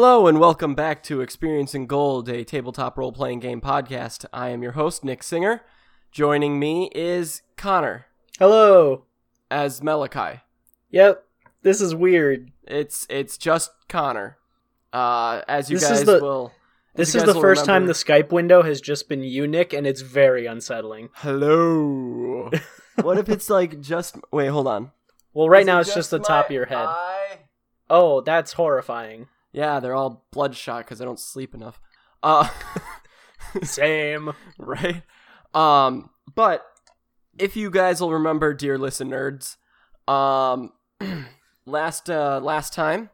Hello and welcome back to Experiencing Gold, a tabletop role playing game podcast. I am your host, Nick Singer. Joining me is Connor Hello. as Melikai. Yep. This is weird. It's it's just Connor. Uh, as you This guys is the- will. This you is guys the will first time remember- the Skype window has just been you, Nick, and it's very unsettling. Hello. what if it's like just. Wait, hold on. Well, right Is now it it's just the top of your head. eye? Oh, that's horrifying. Yeah, they're all bloodshot because I don't sleep enough. Uh, Same. right? Um, but if you guys will remember, dear listeners, um, last uh, last time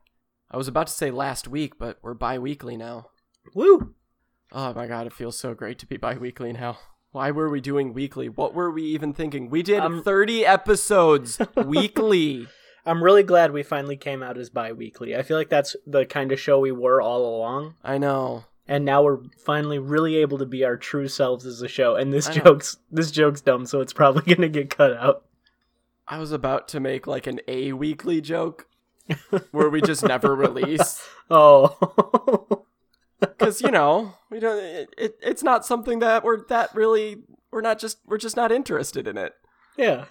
I was about to say last week, but we're bi-weekly now. Woo. Oh my god, it feels so great to be bi-weekly now. Why were we doing weekly? What were we even thinking? We did Um, 30 episodes weekly. I'm really glad we finally came out as bi weekly. I feel like that's the kind of show we were all along. I know. And now we're finally really able to be our true selves as a show. And this I know. joke's this joke's dumb, so it's probably gonna get cut out. I was about to make like an a weekly joke where we just never release. Oh. because you know we don't it, it, it's not something that we're that really we're not just we're just not interested in it Yeah.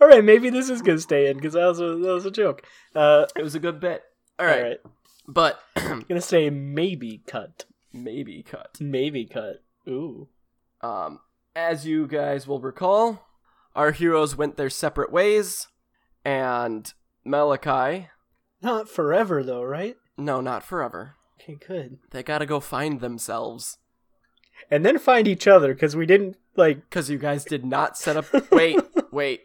All right, maybe this is gonna stay in because that was a, that was a joke. Uh, it was a good bit all all right, right. but gonna say maybe cut, maybe cut maybe cut. Ooh, um as you guys will recall our heroes went their separate ways and malachi not forever though, right? no not forever Okay, good. they gotta go find themselves And then find each other because we didn't like. because you guys did not set up wait wait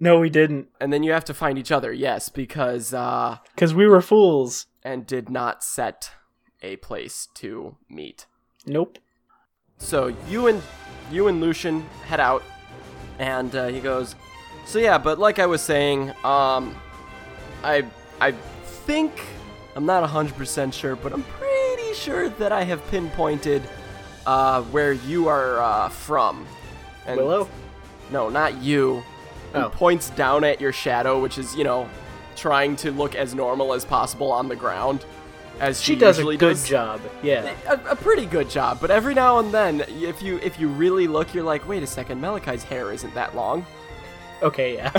No, we didn't and then you have to find each other yes because uh because we were fools. and did not set a place to meet Nope. so you and you and Lucian head out, and uh, he goes. So yeah, but like I was saying, um, I I think I'm not hundred percent sure, but I'm pretty sure that I have pinpointed uh, where you are uh, from. And Willow. No, not you. And Oh. points down at your shadow, which is you know trying to look as normal as possible on the ground. As she, She does a usually good job. Yeah. a, a pretty good job, but every now and then, if you if you really look, you're like, wait a second, Malachi's hair isn't that long. Okay. Yeah.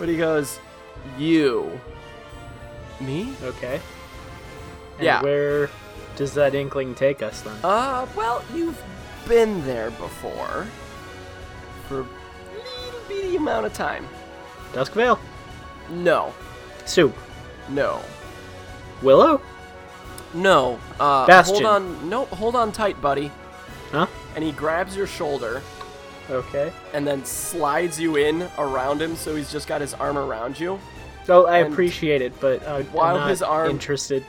But he goes, you, me? okay. And Yeah. Where does that inkling take us then? Uh, well, you've been there before for a little bitty amount of time. Duskvale. No, Soup. no, Willow. no. Uh, hold Bastion. on, nope, hold on tight, buddy. Huh? And he grabs your shoulder Okay. and then slides you in around him, so he's just got his arm around you. So I And appreciate it, but uh, while I'm not his arm- interested.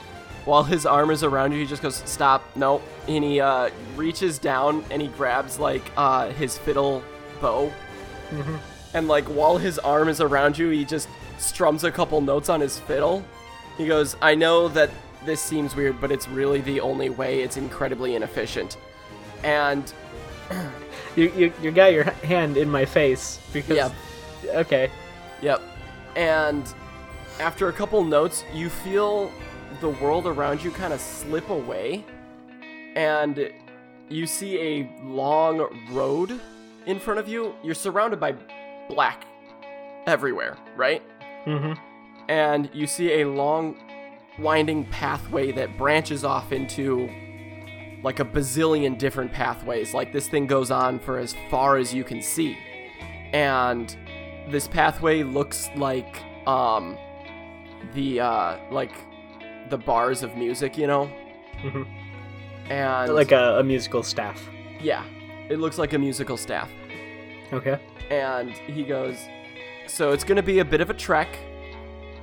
While his arm is around you, he just goes, "Stop, no!" And he uh, reaches down and he grabs like uh, his fiddle bow, Mhm. and like while his arm is around you, he just strums a couple notes on his fiddle. He goes, "I know that this seems weird, but it's really the only way. It's incredibly inefficient." And You, you you got your hand in my face because. Yeah. Okay. Yep. And after a couple notes, you feel the world around you kind of slip away, and you see a long road in front of you. You're surrounded by black everywhere, right? Mm-hmm. hmm And you see a long, winding pathway that branches off into like a bazillion different pathways. Like this thing goes on for as far as you can see. And this pathway looks like um the uh like the bars of music, you know? Mhm. And Like a, a musical staff. yeah, it looks like a musical staff Okay. and he goes, "So it's gonna be a bit of a trek.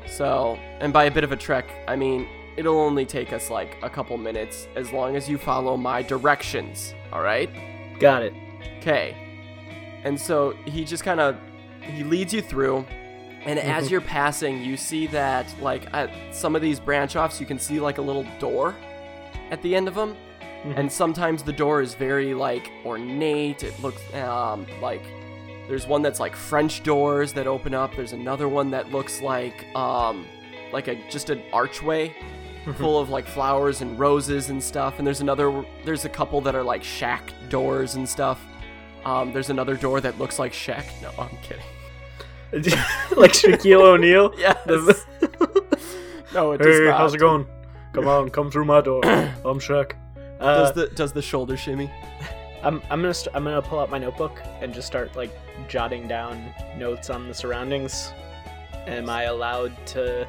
So, and by a bit of a trek, I mean it'll only take us like a couple minutes, as long as you follow my directions. All right? Got it. Okay." And so he just kind of he leads you through, and as Mhm. you're passing, you see that like at some of these branch offs, you can see like a little door at the end of them Mhm. and sometimes the door is very like ornate it looks um, like there's one that's like french doors that open up there's another one that looks like um, like a just an archway full of like flowers and roses and stuff. And there's another, there's a couple that are like shack doors and stuff. Um, there's another door that looks like Shack. No, I'm kidding. like Shaquille O'Neal. Yes. no, it does Hey, not. how's it going? Come on, come through my door. I'm Shaq. Uh, Does the does the shoulder shimmy? I'm I'm gonna st- I'm gonna pull out my notebook and just start like jotting down notes on the surroundings. Am I allowed to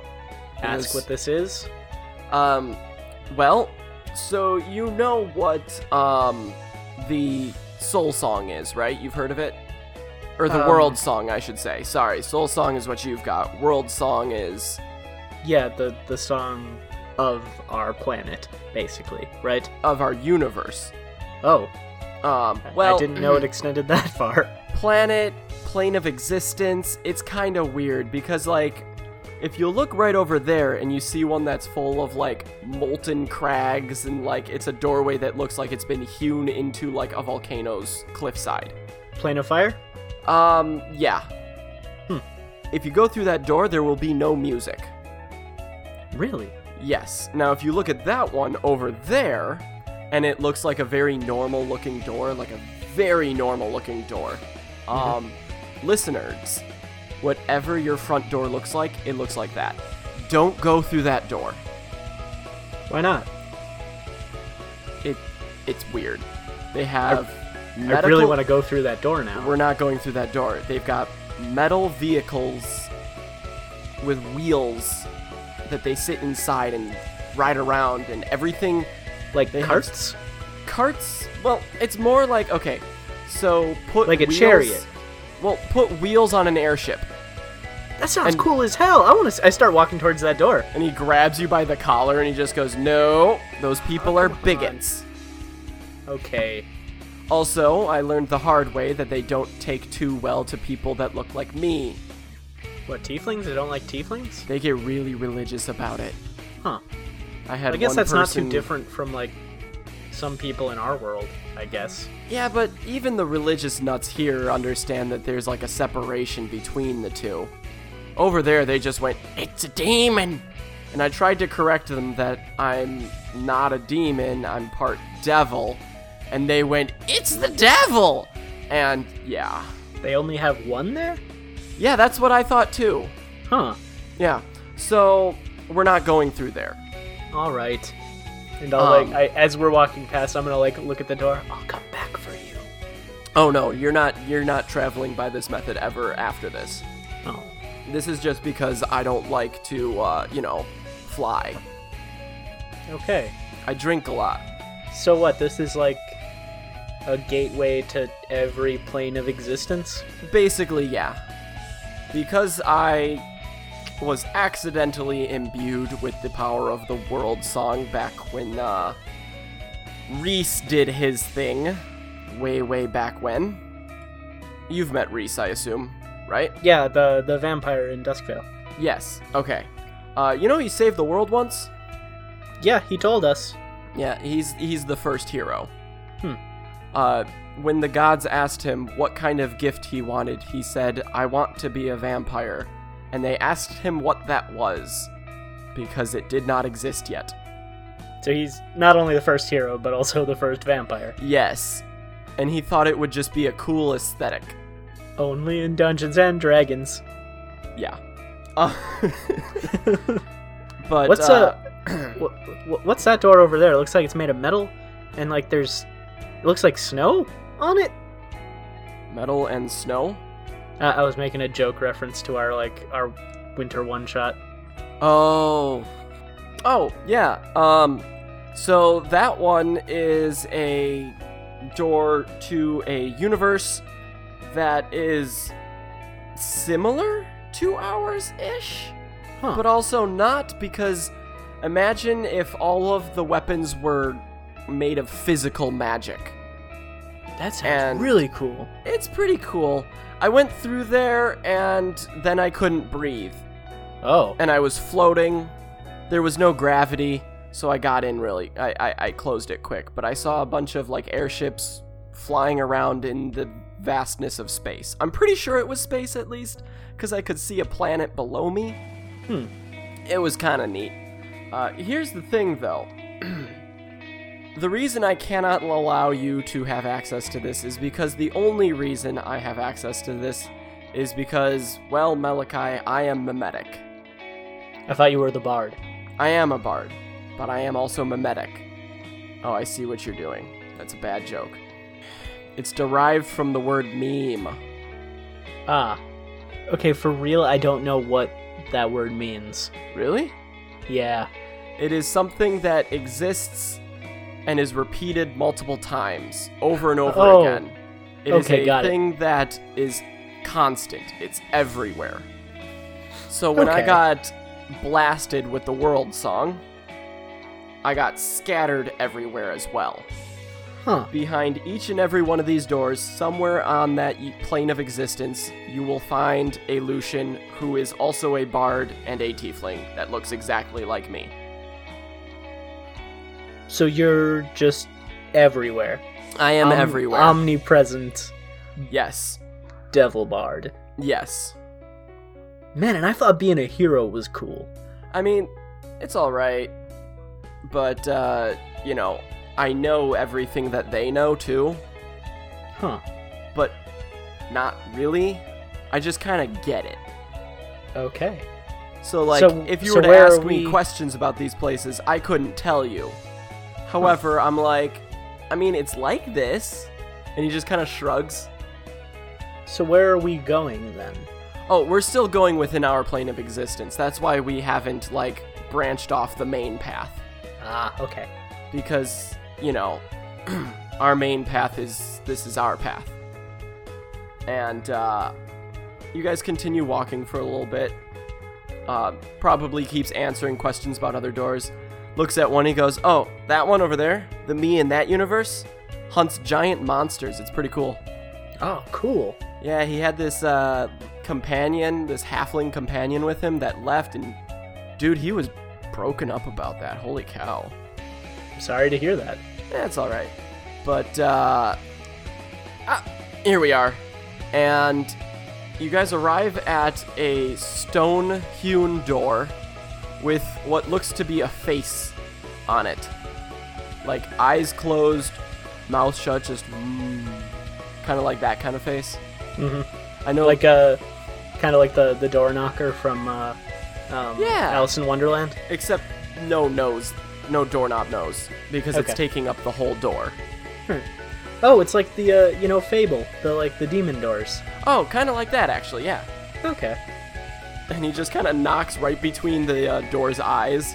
ask Yes. what this is? Um, well, so you know what um the soul song is, right? You've heard of it, or the Um, world song, I should say. Sorry, soul song is what you've got. World song is Yeah, the the song of our planet, basically, right? of our universe. Oh, Um, I- well, I didn't know it extended that far. planet, plane of existence. It's kind of weird because, like, if you look right over there and you see one that's full of, like, molten crags and, like, it's a doorway that looks like it's been hewn into, like, a volcano's cliffside. Plane of fire. Um, yeah. Hmm. If you go through that door, there will be no music. Really? Yes. Now, if you look at that one over there, and it looks like a very normal looking door, like a very normal looking door. Mm-hmm. Um, listeners, whatever your front door looks like, it looks like that. Don't go through that door. Why not? It, it's weird. They have medical. I really want to go through that door now. We're not going through that door. They've got metal vehicles with wheels that they sit inside and ride around, and everything like they have- carts. carts well it's more like okay so put Like a wheels- chariot. well put wheels on an airship That sounds And- cool as hell. I want to. I start walking towards that door. and he grabs you by the collar and he just goes no those people are come on. bigots Okay. also i learned the hard way that they don't take too well to people that look like me What tieflings? They don't like tieflings? they get really religious about it Huh. i had I guess one that's not person- too different from like some people in our world. I guess. yeah but even the religious nuts here understand that there's like a separation between the two over there they just went it's a demon and i tried to correct them that i'm not a demon i'm part devil and they went it's the devil and yeah They only have one there? yeah that's what i thought too Huh. yeah so we're not going through there All right. And I'll Um, like I, as we're walking past, I'm gonna like look at the door. I'll come back for you. oh no you're not you're not traveling by this method ever after this Oh. this is just because i don't like to uh, you know fly Okay. i drink a lot So what? This is like a gateway to every plane of existence. Basically, yeah. Because I was accidentally imbued with the power of the world song back when uh, Reese did his thing, way, way back when. You've met Reese, I assume, right? Yeah, the the vampire in Duskvale. Yes, okay. Uh, you know he saved the world once? Yeah, he told us. Yeah, he's he's the first hero. Hmm. Uh, when the gods asked him what kind of gift he wanted, he said, "I want to be a vampire," and they asked him what that was, because it did not exist yet. So he's not only the first hero, but also the first vampire. Yes, and he thought it would just be a cool aesthetic. Only in Dungeons and Dragons. Yeah. Uh, but What's uh, Wha- wha- What's that door over there? It looks like it's made of metal, and like there's, it looks like snow on it. metal and snow? Uh, I was making a joke reference to our like our winter one shot. Oh. Oh, yeah. Um so that one is a door to a universe that is similar to ours ish, Huh. but also not because imagine if all of the weapons were made of physical magic. that sounds and- really cool. It's pretty cool. I went through there and then I couldn't breathe. Oh, and I was floating. There was no gravity, so I got in really. I, I, I closed it quick, but I saw a bunch of like airships flying around in the vastness of space. I'm pretty sure it was space at least, because I could see a planet below me. Hmm. it was kind of neat. Uh, here's the thing, though. the reason I cannot allow you to have access to this is because the only reason I have access to this is because, well, Malachi, I am mimetic. I thought you were the bard. I am a bard, but I am also mimetic. Oh, I see what you're doing. That's a bad joke. It's derived from the word meme. Ah. Okay, for real, I don't know what that word means. Really? Yeah. It is something that exists and is repeated multiple times, over and over Oh. again. It is Okay, a got it. thing that is constant. It's everywhere. So when I Okay. got blasted with the world song, I got scattered everywhere as well. Huh. Behind each and every one of these doors, somewhere on that y- plane of existence, you will find a Lucian who is also a bard and a tiefling that looks exactly like me. So you're just everywhere. I am Om- everywhere. Omnipresent Um, yes. devil bard. Yes. Man, and I thought being a hero was cool. I mean, it's all right, but uh, you know, I know everything that they know too, Huh. but not really. I just kind of get it. Okay. So like, So- if you so were to where ask are me we- questions about these places, I couldn't tell you. However, I'm like, I mean, it's like this, and he just kind of shrugs. So where are we going then? Oh, we're still going within our plane of existence. That's why we haven't like branched off the main path. Ah, okay. because you know our main path is this is our path and uh, you guys continue walking for a little bit uh, probably keeps answering questions about other doors looks at one he goes oh that one over there the me in that universe hunts giant monsters it's pretty cool Oh, cool. yeah he had this uh, companion this halfling companion with him that left and dude he was broken up about that holy cow I'm sorry to hear that. That's all right. But uh, ah, here we are, and you guys arrive at a stone-hewn door with what looks to be a face on it, like eyes closed, mouth shut, just kind of like that kind of face. Mm-hmm. I know, Like uh kind of like the the door knocker from uh um Yeah. Alice in Wonderland. except no nose, no doorknob nose, because Okay. it's taking up the whole door. Oh, it's like the uh, you know Fable, the like the demon doors. Oh, kind of like that actually, yeah. Okay. and he just kind of knocks right between the uh, door's eyes.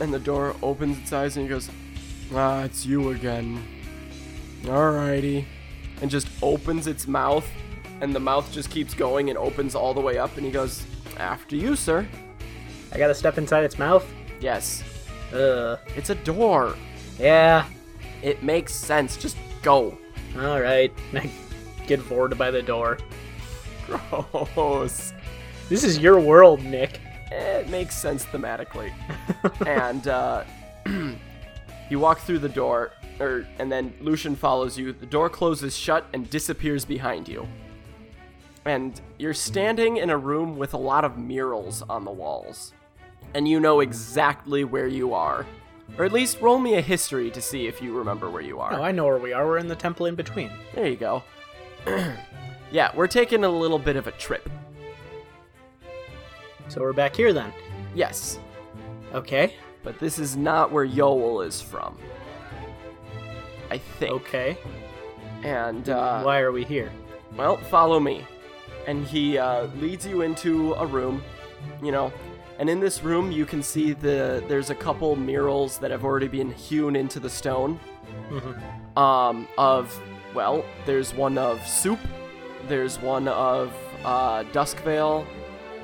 And the door opens its eyes and he goes, Ah, it's you again. Alrighty. And just opens its mouth, and the mouth just keeps going and opens all the way up, and he goes, After you, sir. I gotta step inside its mouth. Yes, Uh, it's a door. yeah. It makes sense. Just go. All right. I get bored by the door. Gross. This is your world, Nick. it makes sense thematically. and uh, you walk through the door, or and then Lucian follows you. The door closes shut and disappears behind you. And you're standing in a room with a lot of murals on the walls, and you know exactly where you are, or at least roll me a history to see if you remember where you are. Oh, I know where we are. We're in the temple in between. There you go. yeah, we're taking a little bit of a trip. So we're back here then. Yes, Okay. but this is not where Yoel is from. I think. Okay. And uh, Why are we here? well, follow me. And he uh, leads you into a room, you know. And in this room, you can see the there's a couple murals that have already been hewn into the stone. Mhm. Um, of well, there's one of Soup, there's one of uh, Duskvale.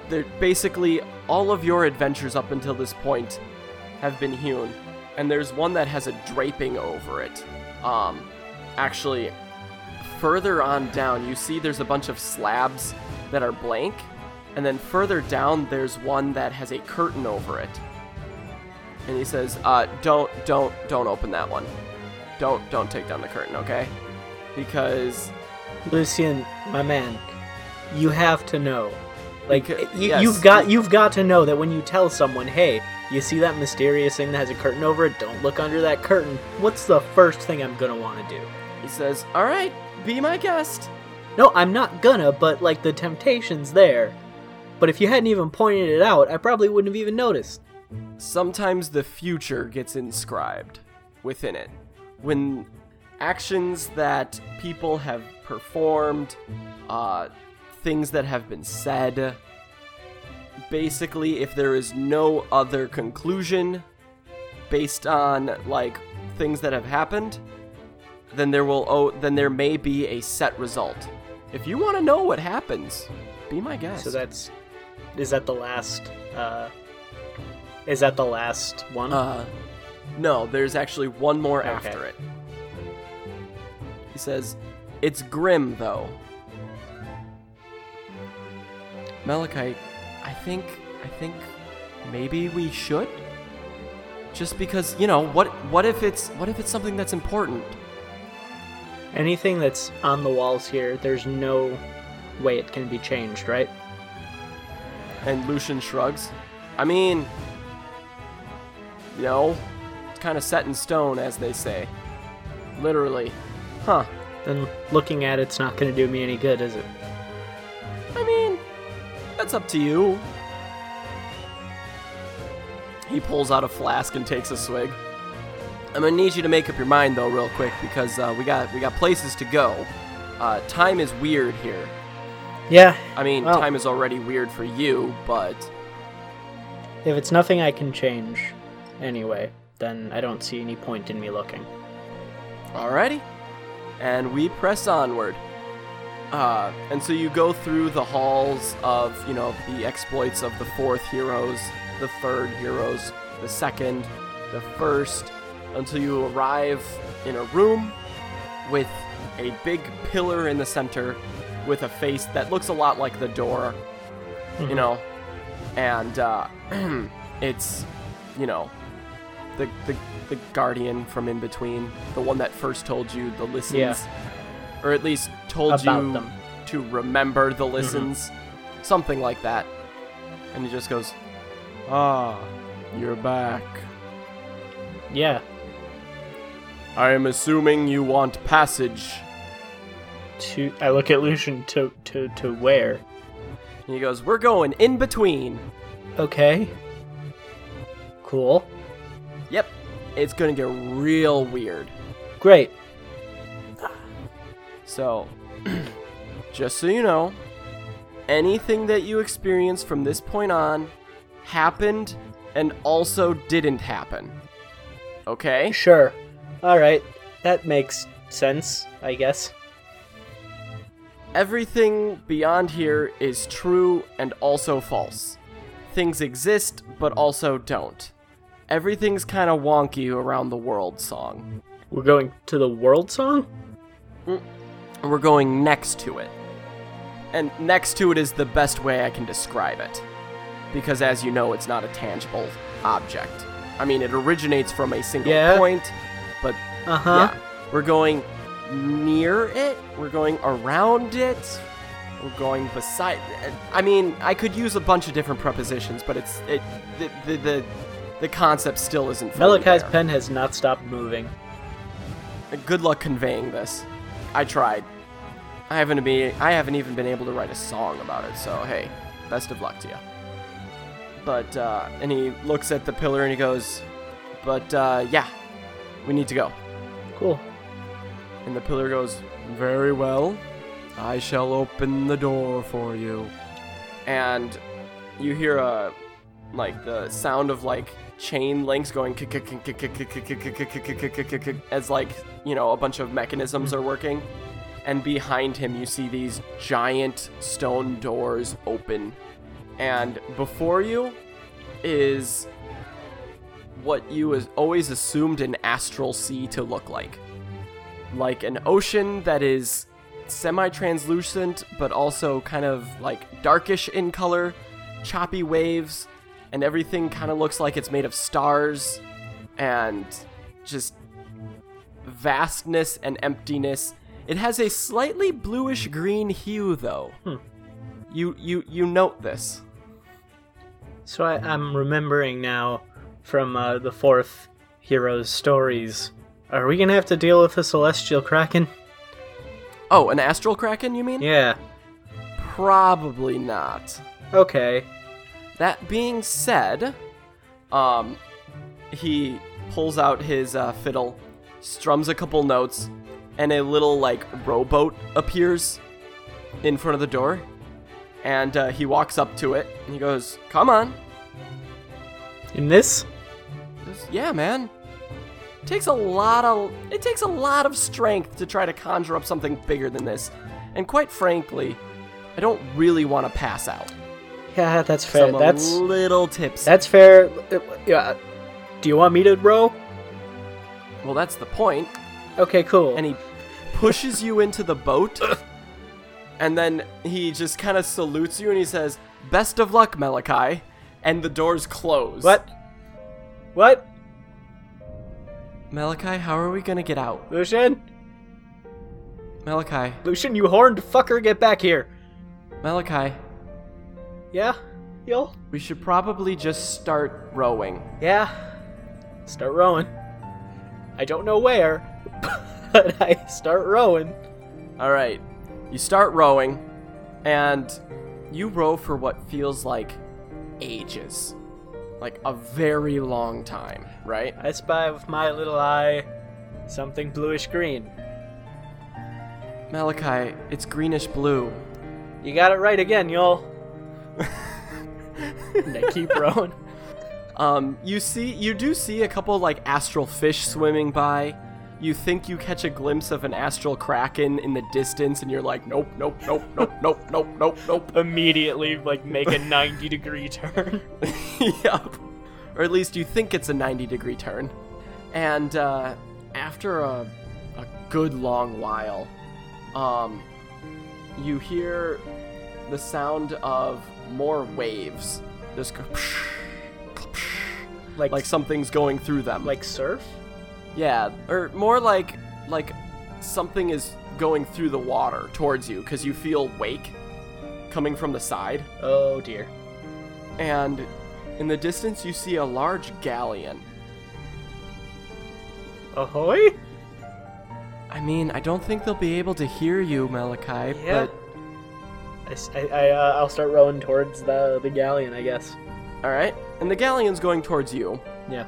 They're basically all of your adventures up until this point have been hewn, and there's one that has a draping over it. Um, actually, further on down, you see there's a bunch of slabs that are blank, and then further down, there's one that has a curtain over it. And he says, uh, "Don't, don't, don't open that one. Don't, don't take down the curtain, okay? Because Lucian, my man, you have to know Like Because- you, yes. you've got you've got to know that when you tell someone, "Hey, you see that mysterious thing that has a curtain over it? Don't look under that curtain." What's the first thing I'm gonna want to do? He says, "All right, be my guest." No, I'm not gonna, but like the temptation's there. But if you hadn't even pointed it out, I probably wouldn't have even noticed. Sometimes the future gets inscribed within it. When actions that people have performed, uh, things that have been said, basically, if there is no other conclusion based on like things that have happened, then there will oh then there may be a set result. If you want to know what happens, be my guest. So that's is that the last uh is that the last one? Uh, no, there's actually one more Okay. after it. He says, It's grim, though. Malachite, I think, I think maybe we should? Just because, you know, what, what if it's, what if it's something that's important? Anything that's on the walls here, there's no way it can be changed, right? And Lucian shrugs. I mean, you know, it's kind of set in stone, as they say. Literally. Huh. Then looking at it's not gonna do me any good, is it? I mean, that's up to you. He pulls out a flask and takes a swig. I'm gonna need you to make up your mind though, real quick, because uh, we got we got places to go. Uh, time is weird here. Yeah. I mean, Well- time is already weird for you, but If it's nothing I can change anyway, then I don't see any point in me looking. Alrighty. And we press onward. Uh, and so you go through the halls of, you know, the exploits of the fourth heroes, the third heroes, the second, the first, until you arrive in a room with a big pillar in the center with a face that looks a lot like the door, you know, and uh, it's, you know, the, the the guardian from in between, the one that first told you the listens, Yeah. or at least told About you them. to remember the listens, something like that. And he just goes, "Ah, you're back. Yeah. I am assuming you want passage." To I look at Lucian to to to where? And he goes, "We're going in between." Okay. Cool. Yep, it's gonna get real weird. Great. So, just so you know, anything that you experience from this point on happened and also didn't happen. Okay? Sure. All right. That makes sense, I guess. Everything beyond here is true and also false. Things exist, but also don't. Everything's kind of wonky around the world song. We're going to the world song? And we're going next to it. And next to it is the best way I can describe it. Because as you know, it's not a tangible object. I mean, it originates from a single Yeah. point, but Uh-huh. yeah. We're going near it, we're going around it, we're going beside I mean, I could use a bunch of different prepositions, but it's it the the the, the concept still isn't fully Melakai's there. pen has not stopped moving. Good luck conveying this. I tried. I haven't be I haven't even been able to write a song about it. So hey, best of luck to you. But uh, and he looks at the pillar and he goes, "But uh, yeah, we need to go." Cool. And the pillar goes, Very well. I shall open the door for you. And you hear a like the sound of like chain links going as like, you know, a bunch of mechanisms are working. And behind him you see these giant stone doors open. And before you is what you has always assumed an astral sea to look like like an ocean that is semi-translucent but also kind of like darkish in color choppy waves and everything kind of looks like it's made of stars and just vastness and emptiness it has a slightly bluish green hue though You you you note this. So I, I'm remembering now from uh, the fourth hero's stories. Are we gonna have to deal with the celestial kraken? Oh, an astral kraken, you mean? Yeah. Probably not. Okay. That being said, um, he pulls out his uh, fiddle, strums a couple notes, and a little like rowboat appears in front of the door. And uh, he walks up to it and he goes, "Come on, In this? This- yeah, man." It takes a lot of it takes a lot of strength to try to conjure up something bigger than this. And quite frankly, I don't really want to pass out. Yeah, that's So fair. I'm a that's little tipsy. that's fair. Uh, Yeah. Do you want me to row? well, that's the point. Okay, cool. and he pushes you into the boat and then he just kind of salutes you and he says best of luck malachi and the doors close what? What? malachi how are we gonna get out Lucian? malachi Lucian, you horned fucker, get back here. malachi Yeah? Yo? we should probably just start rowing Yeah. Start rowing. I don't know where, but I start rowing. all right you start rowing and you row for what feels like ages like a very long time right I spy with my little eye something bluish green. malachi it's greenish blue You got it right again, y'all. and I keep rowing. Um, you see, you do see a couple like astral fish swimming by. You think you catch a glimpse of an astral kraken in the distance, and you're like, nope, nope, nope, nope, nope, nope, nope, nope. Immediately, like, make a 90 degree turn. yep. Or at least you think it's a 90 degree turn. And uh, after a, a good long while, um, you hear the sound of more waves. Just go, Like, like like, something's going through them. like surf? Yeah, or more like like something is going through the water towards you because you feel wake coming from the side, Oh dear. and in the distance you see a large galleon. Ahoy? I mean, I don't think they'll be able to hear you, Malachi, Yeah. I, s- I- I, uh, I'll start rowing towards the, the galleon, I guess. but all right. And the galleon's going towards you, Yeah.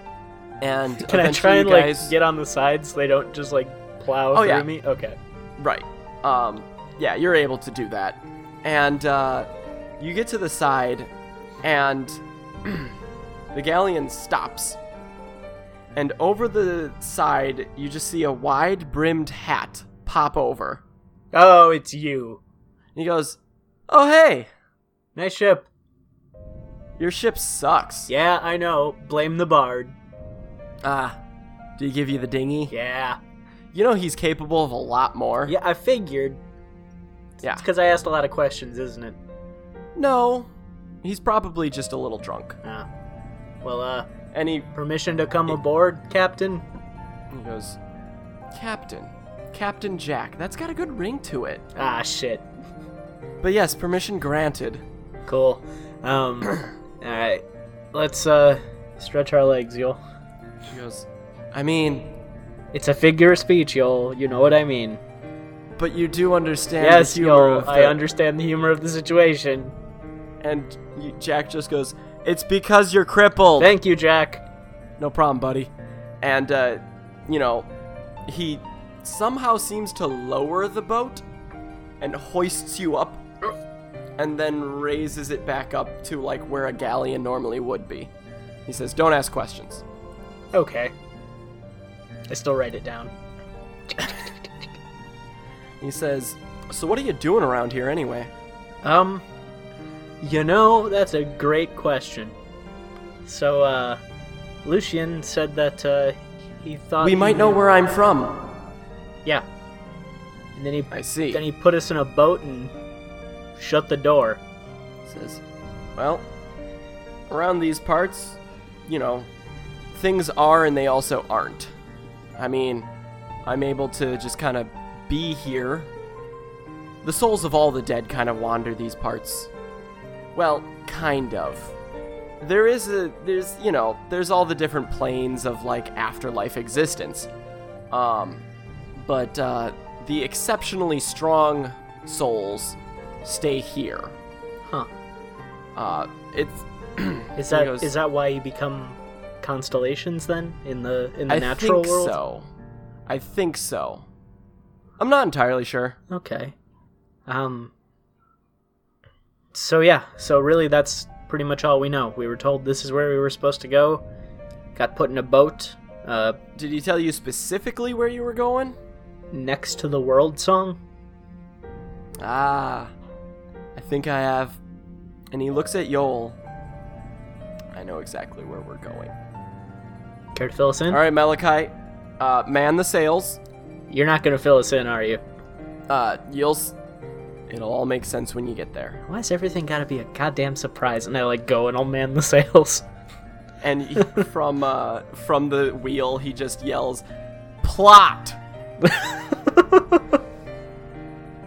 and Can I eventually try and you guys... like get on the side so they don't just like plow Oh, through yeah. me? Okay. Right. Um, yeah, you're able to do that. And uh, you get to the side, and the galleon stops. And over the side, you just see a wide brimmed hat pop over. Oh, it's you. And he goes, Oh, hey, Nice ship. your ship sucks. Yeah, I know. Blame the bard. Ah, do you give you the dinghy? Yeah. You know he's capable of a lot more. Yeah, I figured. Yeah. It's because I asked a lot of questions, isn't it? No, he's probably just a little drunk. Ah. Well, uh, And he permission to come aboard, Captain? He goes, Captain, Captain Jack. That's got a good ring to it. Ah, shit. But yes, permission granted. Cool. Um, alright. Let's, uh, stretch our legs, y'all. He goes, I mean, It's a figure of speech, y'all. You know what I mean. but you do understand. the yes, humor y'all. of I the-" understand the humor of the situation. And y- Jack just goes, It's because you're crippled. Thank you, Jack. no problem, buddy. And, uh, you know, he somehow seems to lower the boat and hoists you up and then raises it back up to like where a galleon normally would be. He says, Don't ask questions. Okay. I still write it down. He says, So what are you doing around here anyway? Um, you know, that's a great question. So, uh, Lucian said that, uh, he thought. We he might know where I'm from. Yeah. And then he, I see. then he put us in a boat and shut the door. says, Well, around these parts, you know, things are and they also aren't. I mean, I'm able to just kind of be here. The souls of all the dead kind of wander these parts. Well, kind of. There is a there's you know there's all the different planes of like afterlife existence, um, but uh, the exceptionally strong souls stay here. Huh. Uh, it's Is He that is goes- that why you become constellations then in the in the I natural think world? so. I think so. I'm not entirely sure. Okay. Um So yeah, so really that's pretty much all we know. We were told this is where we were supposed to go. Got put in a boat uh Did he tell you specifically where you were going? next to the world song. Ah, I think I have. And he looks at Yol. I know exactly where we're going. Care to fill us in? All right, Malachi, uh, man the sails. You're not gonna fill us in, are you? Uh, you'll. S- It'll all make sense when you get there. Why's everything gotta be a goddamn surprise? And I like go and I'll man the sails. And he- from uh, from the wheel, he just yells, "Plot!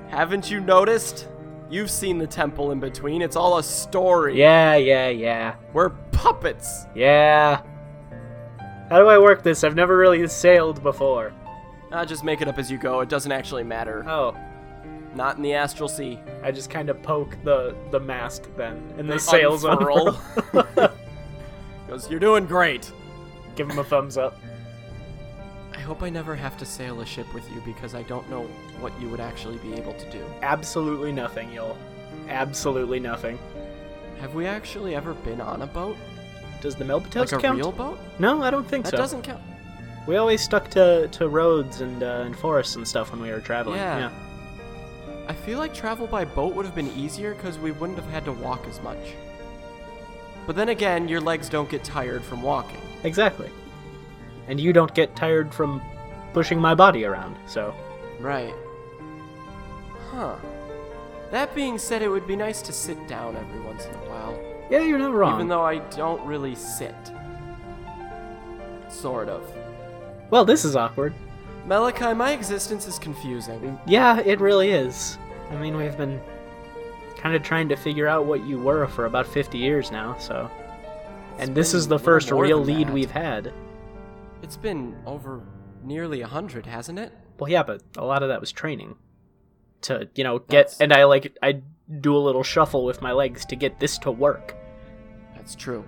Haven't you noticed? You've seen the temple in between. It's all a story. yeah, yeah, yeah. We're puppets." Yeah. How do I work this? I've never really sailed before. Uh, just make it up as you go. It doesn't actually matter. Oh, Not in the astral sea. I just kind of poke the the mast then, and the, They sails unfurl. unroll. Goes, you're doing great. Give him a thumbs up. I hope I never have to sail a ship with you because I don't know what you would actually be able to do. Absolutely nothing, y'all. Absolutely nothing. Have we actually ever been on a boat? Does the Melba Like toast a count? real boat? No, I don't think That so. doesn't count. We always stuck to to roads and uh, and forests and stuff when we were traveling. Yeah. Yeah. I feel like travel by boat would have been easier because we wouldn't have had to walk as much. But then again, your legs don't get tired from walking. exactly. And you don't get tired from pushing my body around, so Right. Huh. That being said, it would be nice to sit down every once in a while. yeah, you're not wrong. Even though I don't really sit. Sort of. well, this is awkward. Malachi, my existence is confusing. Yeah, it really is. I mean, we've been kind of trying to figure out what you were for about 50 years now, so. And this been is the well first more real than lead that. we've had. It's been over nearly a hundred, hasn't it? Well, yeah, but a lot of that was training. To, you know, get. That's- And I, like, I do a little shuffle with my legs to get this to work. That's true.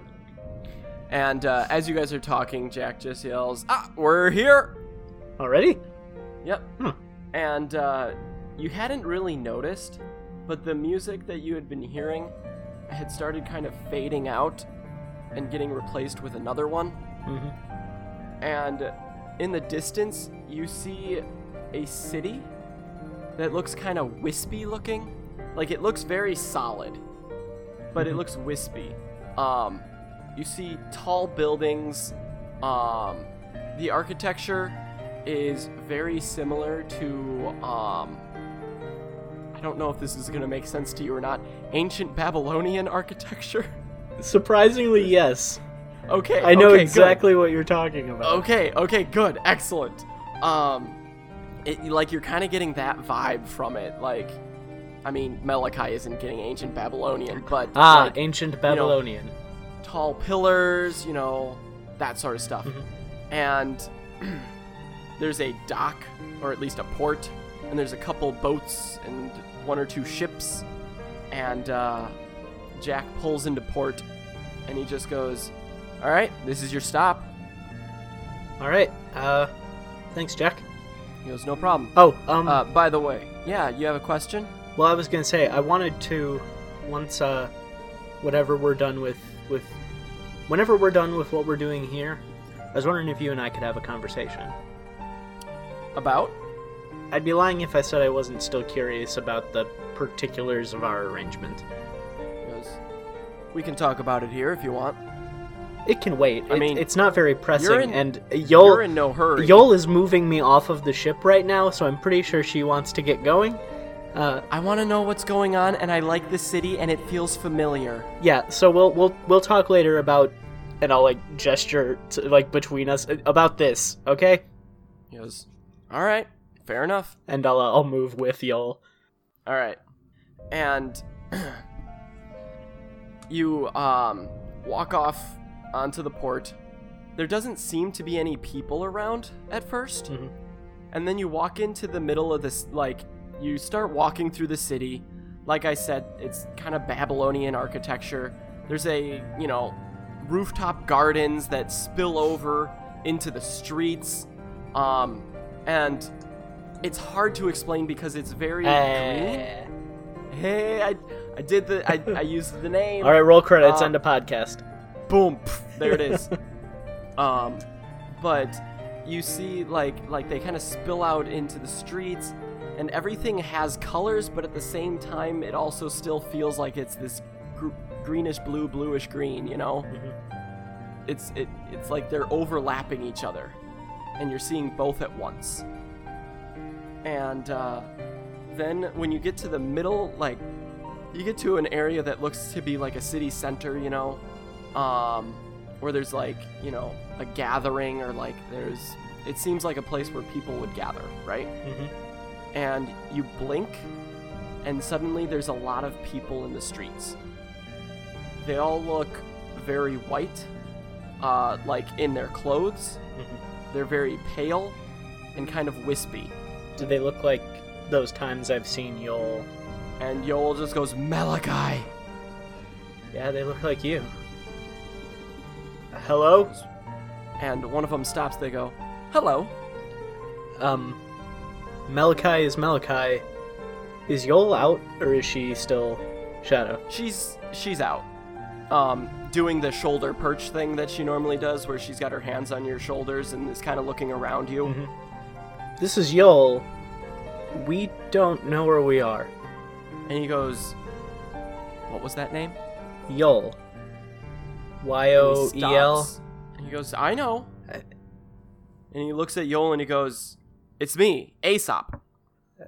And uh, as you guys are talking, Jack just yells, "Ah, we're here!" Already? Yep. Hmm. And uh, you hadn't really noticed, but the music that you had been hearing had started kind of fading out and getting replaced with another one. hmm and in the distance you see a city that looks kind of wispy looking like it looks very solid but it Mhm. looks wispy um, you see tall buildings um, the architecture is very similar to um, i don't know if this is going to make sense to you or not ancient babylonian architecture Surprisingly, yes. okay I know okay, good. exactly what you're talking about. Okay, okay, good, excellent. Um, it, like you're kind of getting that vibe from it. Like, I mean, Malachi isn't getting ancient Babylonian, but Ah, like, ancient Babylonian. tall pillars, you know, that sort of stuff. Mhm. And there's a dock, or at least a port, and there's a couple boats and one or two ships. And uh, Jack pulls into port, and he just goes, "All right, this is your stop." All right. Uh, thanks, Jack. He goes, "No problem." Oh, um, Uh, by the way, yeah, you have a question? Well, I was gonna say I wanted to once uh, whatever we're done with with whenever we're done with what we're doing here, I was wondering if you and I could have a conversation. About? I'd be lying if I said I wasn't still curious about the particulars of our arrangement. He goes, we can talk about it here if you want. It can wait. I mean, I mean, it's not very pressing, in- and You're Yol in no hurry. Yol is moving me off of the ship right now, so I'm pretty sure she wants to get going. Uh, I want to know what's going on, and I like the city, and it feels familiar. Yeah, so we'll we'll we'll talk later about, and I'll like gesture to, like between us uh, about this, okay? He goes, all right, fair enough. And I'll uh, I'll move with y'all. All right. And you um, walk off onto the port. There doesn't seem to be any people around at 1st Mhm. and then you walk into the middle of this. Like you start walking through the city. Like I said, it's kind of Babylonian architecture. There's a you know rooftop gardens that spill over into the streets, um, and it's hard to explain because it's very green. Eh. Hey, I, I did the I, I used the name. All right, roll credits. Uh, end of podcast. Boom. pff, there it is. um, but you see, like like they kind of spill out into the streets, and everything has colors, but at the same time, it also still feels like it's this gr- greenish blue, bluish green. You know, Mhm. it's it it's like they're overlapping each other, and you're seeing both at once. And uh, then when you get to the middle, like you get to an area that looks to be like a city center, you know, um, where there's like you know a gathering or like there's it seems like a place where people would gather, right? Mhm. And you blink, and suddenly there's a lot of people in the streets. They all look very white, uh, like in their clothes. mm-hmm. They're very pale and kind of wispy. Do they look like those times I've seen Yol? And Yoel just goes, Malachi! Yeah, they look like you. Hello? And one of them stops. They go, Hello. Um, Malachi is Malachi. Is Yol out, or is she still Shadow? She's she's out, um, doing the shoulder perch thing that she normally does, where she's got her hands on your shoulders and is kind of looking around you. Mhm. This is Yol. We don't know where we are. Mm-hmm. And he goes, What was that name? Yol. Y And he O E L. stops, And he goes, I know. I- And he looks at Yol and he goes, It's me, Aesop.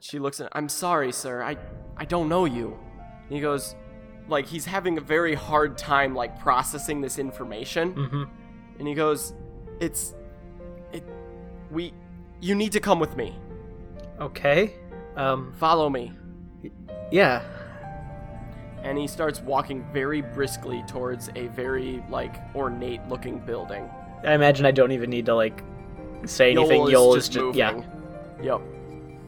She looks at I'm sorry, sir. I I don't know you. And he goes, like he's having a very hard time like processing this information. Mm-hmm. And he goes, It's it we you need to come with me. Okay. Um, Follow me. yeah. And he starts walking very briskly towards a very like ornate looking building. I imagine I don't even need to, like, say anything. Yol is Yol just moving. yeah. Yep.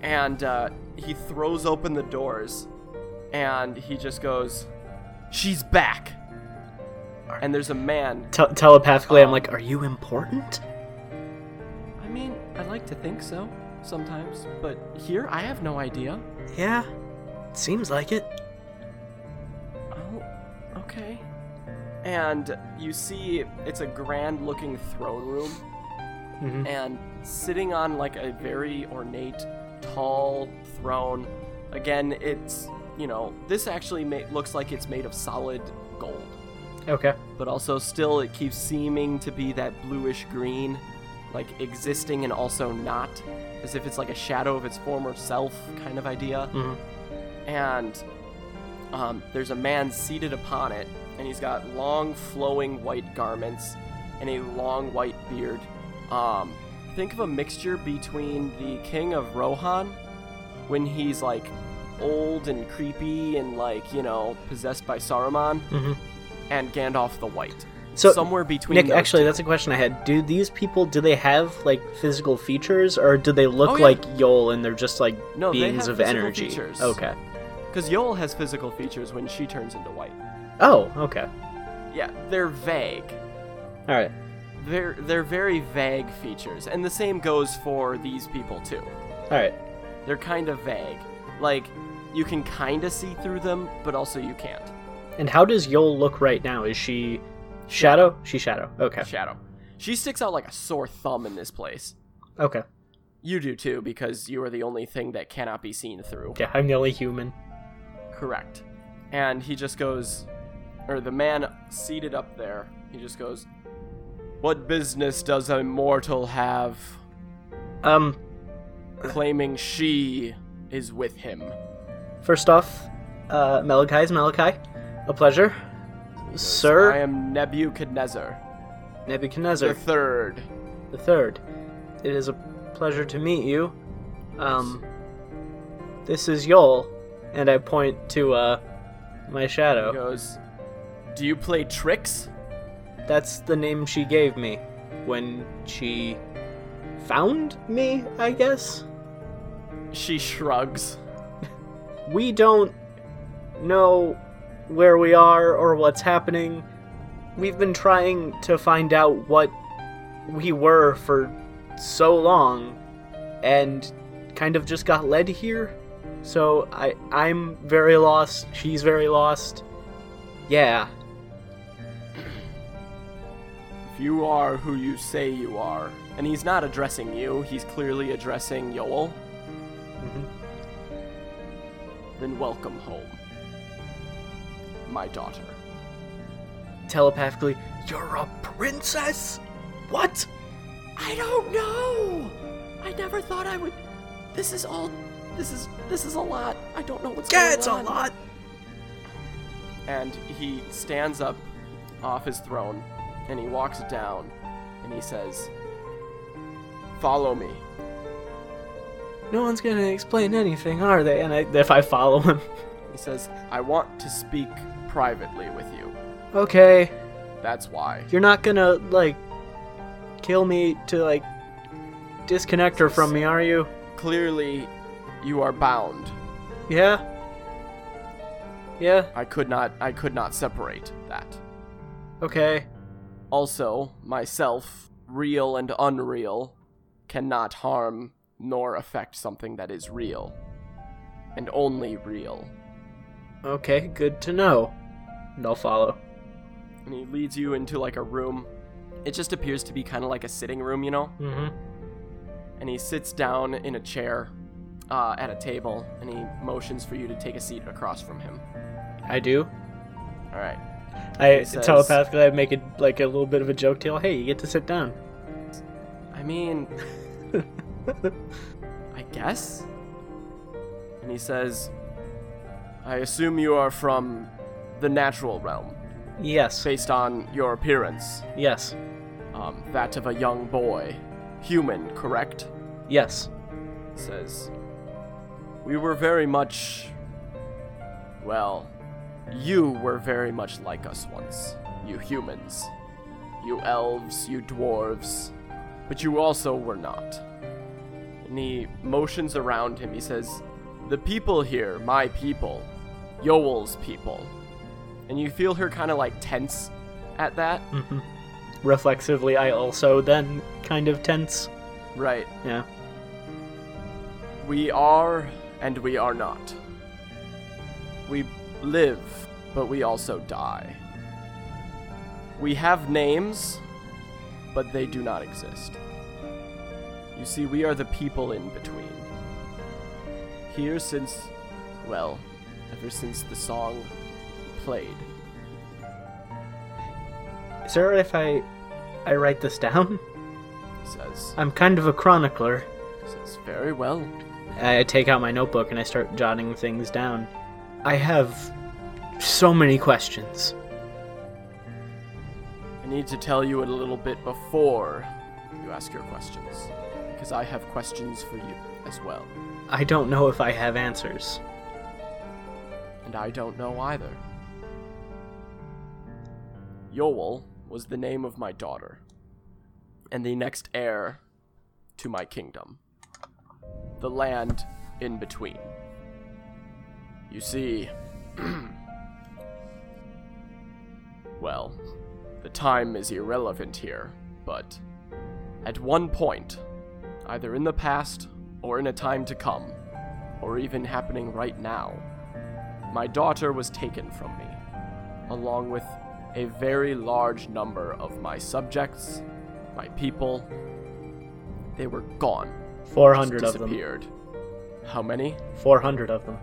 And uh, he throws open the doors, and he just goes, "She's back." And there's a man. Te- telepathically, I'm Um, like, are you important? I mean, I like to think so sometimes, but here I have no idea. Yeah. Seems like it. Oh, okay. And you see, it's a grand-looking throne room, Mm-hmm. and sitting on like a very ornate, tall throne. Again, it's you know this actually ma- looks like it's made of solid gold, Okay. but also still it keeps seeming to be that bluish green, like existing and also not, as if it's like a shadow of its former self kind of idea. Mhm. And um, there's a man seated upon it, and he's got long flowing white garments and a long white beard. Um, think of a mixture between the king of Rohan, when he's like old and creepy and like you know possessed by Saruman, Mhm. and Gandalf the White. So, somewhere between Nick, those actually, two. that's a question I had. Do these people do they have like physical features, or do they look Oh, yeah. like Yol and they're just like No, they beings have of physical energy? features. Okay. Because Yol has physical features when she turns into white. Oh, okay. Yeah, they're vague. All right. They're they're very vague features, and the same goes for these people too. All right. They're kind of vague. Like you can kind of see through them, but also you can't. And how does Yol look right now? Is she shadow? She's shadow. Okay. Shadow. She sticks out like a sore thumb in this place. Okay. You do too, because you are the only thing that cannot be seen through. Yeah, I'm the only human. Correct. And he just goes, or the man seated up there, he just goes, What business does a mortal have Um, claiming she is with him? first off, uh, Malachi is Malachi. A pleasure, He goes, sir. I am Nebuchadnezzar, Nebuchadnezzar the third. the third. It is a pleasure to meet you. Um, this is Yol, and I point to uh, my He shadow. goes, Do you play tricks? That's the name she gave me when she found me, I guess. She shrugs. We don't know where we are or what's happening. We've been trying to find out what we were for so long and kind of just got led here. So I I'm very lost, she's very lost. Yeah, If you are who you say you are, and he's not addressing you, he's clearly addressing Yoel, mhm. then welcome home. My daughter. telepathically, you're a princess? What? I don't know! I never thought I would. This is all. This is. This is a lot. I don't know what's Yeah, it's a lot. and he stands up off his throne and he walks down and he says, Follow me. No one's gonna explain anything, are they? And I, if I follow him, He says, I want to speak privately with you. okay, That's why. you're not gonna like kill me to like disconnect her from me, are you? Clearly, you are bound. Yeah. Yeah. I could not I could not separate that. Okay. Also, myself, real and unreal, cannot harm nor affect something that is real. And only real. Okay. Good to know. And I'll follow. And he leads you into like a room. It just appears to be kind of like a sitting room, you know? Mm-hmm. And he sits down in a chair uh, at a table and he motions for you to take a seat across from him. I do. All right. I He says- telepathically I make it like a little bit of a joke tale. Hey, you get to sit down. I mean, I guess? And he says, I assume you are from the natural realm, Yes. based on your appearance. Yes. Um, that of a young boy. Human, correct? Yes. Says, We were very much. Well, you were very much like us once. You humans. You elves, you dwarves. But you also were not. And he motions around him. He says, The people here, my people, Yoel's people. And you feel her kind of like tense at that. hmm Reflexively, I also then kind of tense. Right. Yeah. We are and we are not. We live, but we also die. We have names, but they do not exist. You see, we are the people in between. Here since, well, ever since the song played. Is there if I I write this down? He says, I'm kind of a chronicler. he says, very well. I take out my notebook and I start jotting things down. I have so many questions. I need to tell you a little bit before you ask your questions, because I have questions for you as well. I don't know if I have answers. and I don't know either. Yoel was the name of my daughter, and the next heir to my kingdom. The land in between. You see, well, the time is irrelevant here, but at one point, either in the past or in a time to come, or even happening right now, my daughter was taken from me, along with a very large number of my subjects, my people. They were gone. just 400 of them. disappeared. How many? 400 of them.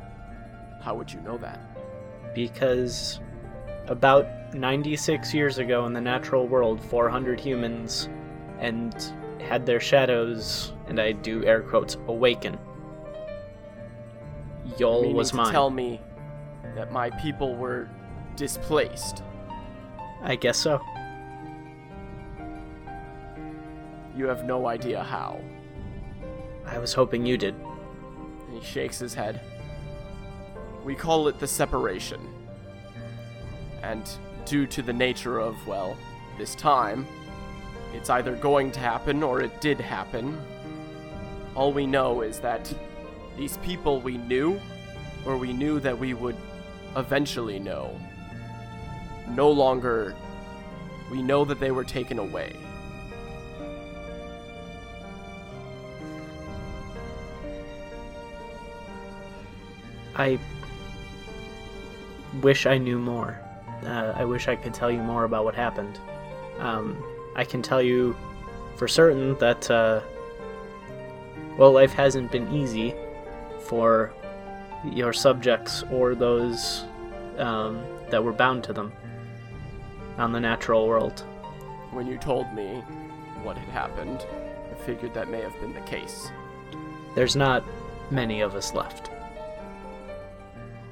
How would you know that? Because about 96 years ago in the natural world, 400 humans and had their shadows, and I do air quotes, awaken. Yol Meaning was to mine. tell me that my people were displaced. I guess so. You have no idea how. I was hoping you did. And he shakes his head. We call it the separation. And due to the nature of, well, this time, it's either going to happen or it did happen. All we know is that these people we knew, or we knew that we would eventually know, no longer. We know that they were taken away. I wish I knew more. Uh, I wish I could tell you more about what happened. Um, I can tell you for certain that, uh, well, life hasn't been easy for your subjects or those um, that were bound to them on the natural world. When you told me what had happened, I figured that may have been the case. There's not many of us left.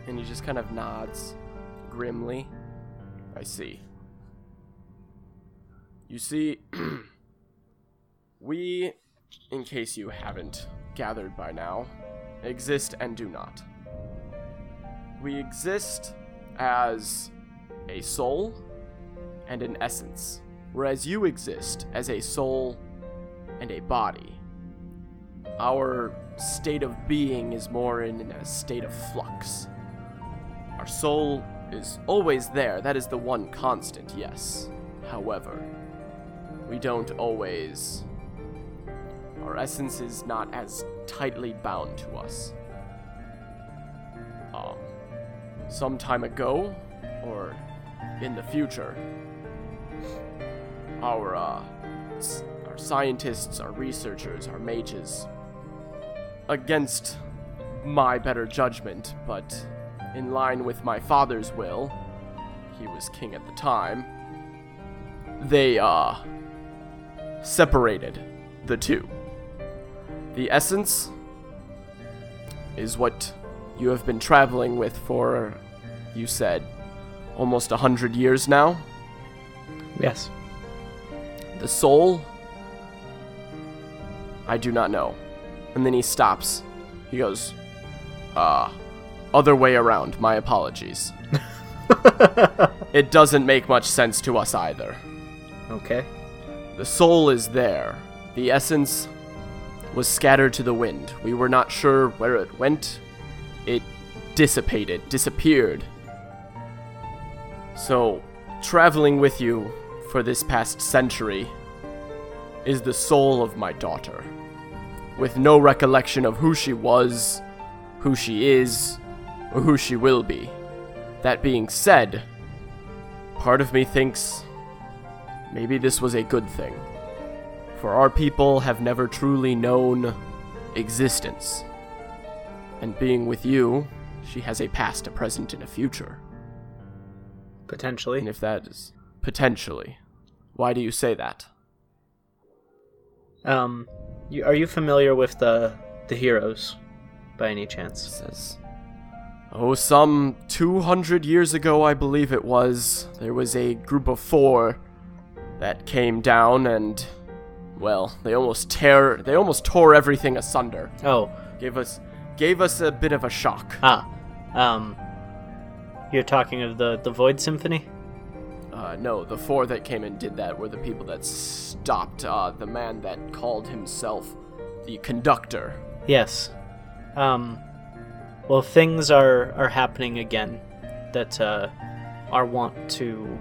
And he just kind of nods grimly. I see. You see, we, in case you haven't gathered by now, exist and do not. We exist as a soul and an essence, whereas you exist as a soul and a body. Our state of being is more in a state of flux. Our soul is always there, that is the one constant, yes. However, we don't always. Our essence is not as tightly bound to us. Um, some time ago, or in the future, our, uh, s- our scientists, our researchers, our mages, against my better judgment, but in line with my father's will, he was king at the time, they, uh, separated the two. The essence is what you have been traveling with for, you said, almost a hundred years now. Yes. The soul? I do not know. And then he stops. He goes, uh, other way around, my apologies. it doesn't make much sense to us either. Okay. The soul is there. The essence was scattered to the wind. We were not sure where it went. It dissipated, disappeared. So, traveling with you for this past century is the soul of my daughter, with no recollection of who she was, who she is, or who she will be. That being said, part of me thinks Maybe this was a good thing. For our people have never truly known existence. And being with you, she has a past, a present, and a future. And Potentially. if that is potentially, why do you say that? Um, you, are you familiar with the the heroes, by any chance? Says, oh, some 200 years ago, I believe it was, there was a group of four that came down and, well, they almost tear, they almost tore everything asunder. Oh, Gave us, gave us a bit of a shock. ah, um, you're talking of the the Void Symphony. Uh, no, the four that came and did that were the people that stopped uh, the man that called himself the conductor. Yes. Um, well, things are are happening again that uh, are want to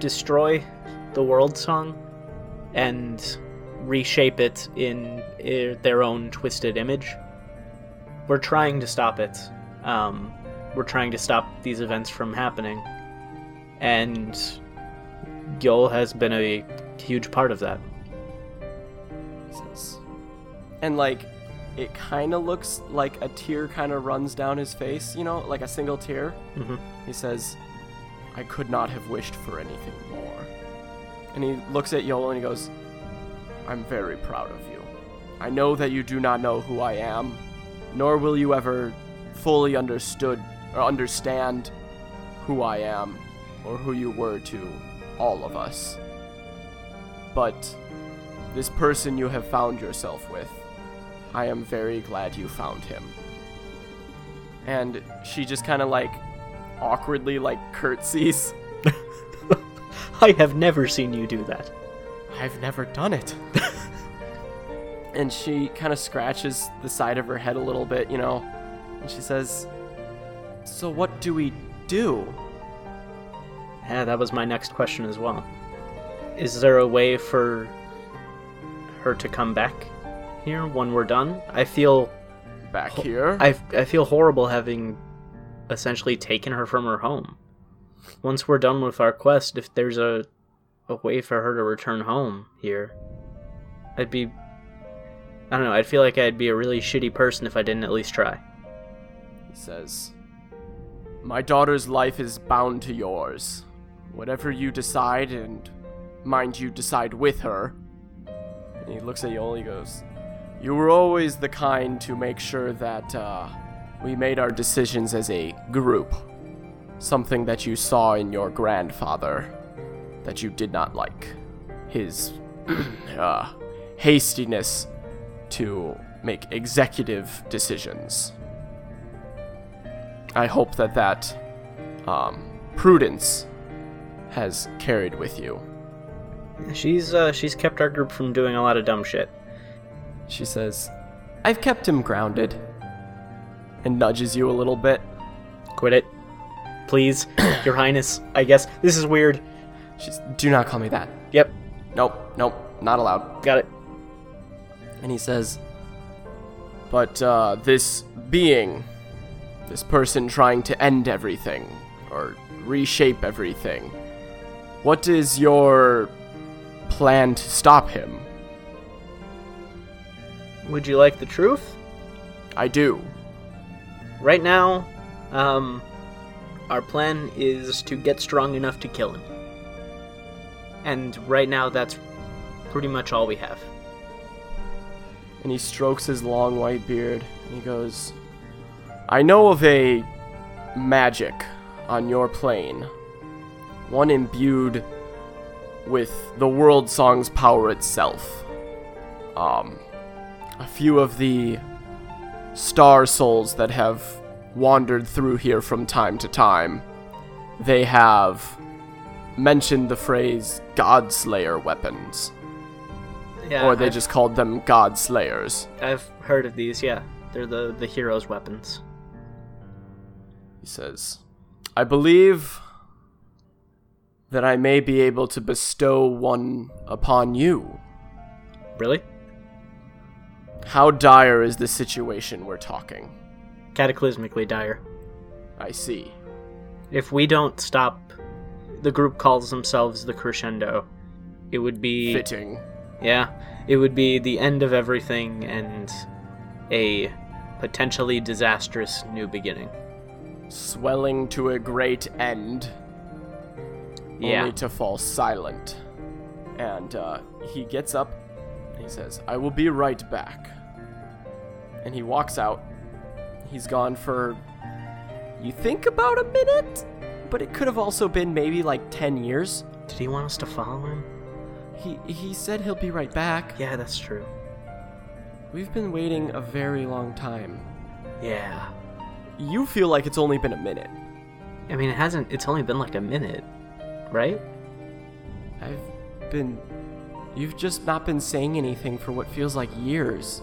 destroy the world song and reshape it in eh, their own twisted image. We're trying to stop it. Um, we're trying to stop these events from happening, and Yol has been a huge part of that. Says- And, like, it kind of looks like a tear kind of runs down his face, you know, like a single tear. Mhm. He says, I could not have wished for anything more. And he looks at Yolo and he goes, I'm very proud of you. I know that you do not know who I am, nor will you ever fully understood or understand who I am or who you were to all of us. But this person you have found yourself with, I am very glad you found him. And she just kind of like awkwardly like curtsies I have never seen you do that. I've never done it. and she kind of scratches the side of her head a little bit, you know, and she says, So what do we do? Yeah, that was my next question as well. Is there a way for her to come back here when we're done? I feel Back here? I, I feel horrible having essentially taken her from her home. Once we're done with our quest, if there's a, a way for her to return home here, I'd be. I don't know, I'd feel like I'd be a really shitty person if I didn't at least try. He says, My daughter's life is bound to yours. Whatever you decide, and mind you, decide with her. And he looks at Yoli and goes, You were always the kind to make sure that uh, we made our decisions as a group. Something that you saw in your grandfather that you did not like. His uh, hastiness to make executive decisions. I hope that that um, prudence has carried with you. She's uh, she's kept our group from doing a lot of dumb shit. She says, I've kept him grounded. And nudges you a little bit. Quit it, please, Your Highness. I guess this is weird. She's, do not call me that. Yep, Nope, nope, not allowed. got it. And he says, But uh, this being, this person trying to end everything, or reshape everything, what is your plan to stop him? Would you like the truth? I do. Right now, um, our plan is to get strong enough to kill him. And right now, that's pretty much all we have. and he strokes his long white beard and he goes, I know of a magic on your plane, one imbued with the world song's power itself. Um, a few of the star souls that have wandered through here from time to time, they have mentioned the phrase Godslayer weapons, Yeah, or they I've, just called them God Slayers. I've heard of these. Yeah, they're the the heroes' weapons. He says, I believe that I may be able to bestow one upon you. Really? How dire is the situation we're talking? Cataclysmically dire. I see. If we don't stop, the group calls themselves the Crescendo. It would be Fitting. Yeah, it would be the end of everything and a potentially disastrous new beginning. Swelling to a great end, Yeah. only to fall silent. And uh, he gets up and he says, I will be right back. And he walks out. He's gone for, you think, about a minute? But it could have also been maybe like 10 years. Did he want us to follow him? He he said he'll be right back. Yeah, that's true. We've been waiting a very long time. Yeah. You feel like it's only been a minute. I mean, it hasn't, it's only been like a minute, right? I've been you've just not been saying anything for what feels like years.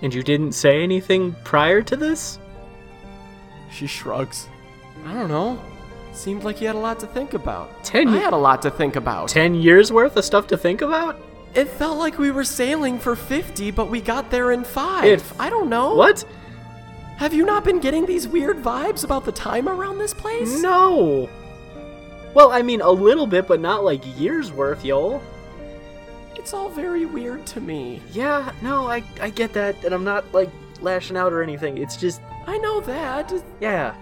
And you didn't say anything prior to this? She shrugs. I don't know. Seemed like you had a lot to think about. Ten- I had a lot to think about. Ten years worth of stuff to think about? It felt like we were sailing for 50, but we got there in 5. It- I don't know. What? Have you not been getting these weird vibes about the time around this place? No! Well, I mean, a little bit, but not like years worth, y'all. It's all very weird to me. Yeah, no, I, I get that, and I'm not like lashing out or anything. It's just, I know that. yeah.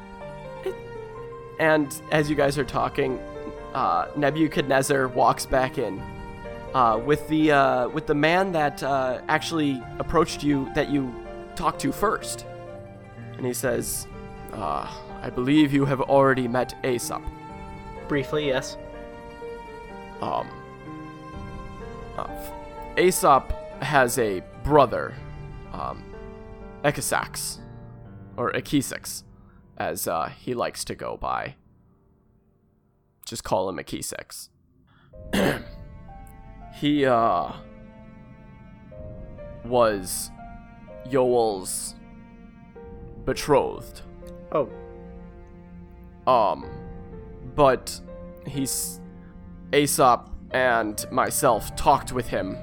And as you guys are talking, uh, Nebuchadnezzar walks back in uh, with the uh, with the man that uh, actually approached you that you talked to first, and he says, uh, "I believe you have already met Aesop. Briefly, yes. Um, uh, Aesop has a brother, um, Ekisax, or Ekisax, as uh, he likes to go by. Just call him Ekisax. he uh was Yoel's betrothed. Oh, Um, but he's Aesop and myself talked with him,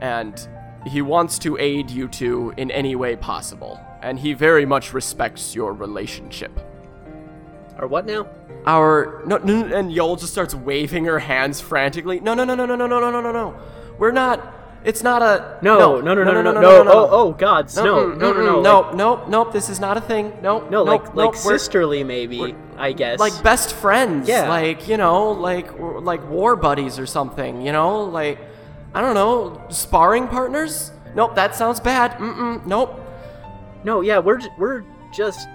and he wants to aid you two in any way possible, and he very much respects your relationship. or what now? Our no, no no- and Yol just starts waving her hands frantically. No no no no no no no no no no no. We're not. It's not a No, no, no, no, no, no, no, Oh, oh, gods, no, Mm-mm, no, no, no, mm-mm, like- nope, nope, nope. This is not a thing. Nope, no, nope, like, nope, like we're- sisterly, maybe. I guess. like best friends Yeah. like you know like or- like war buddies or something you know like i don't know sparring partners nope that sounds bad mm-mm nope no, yeah, we're j- we're just,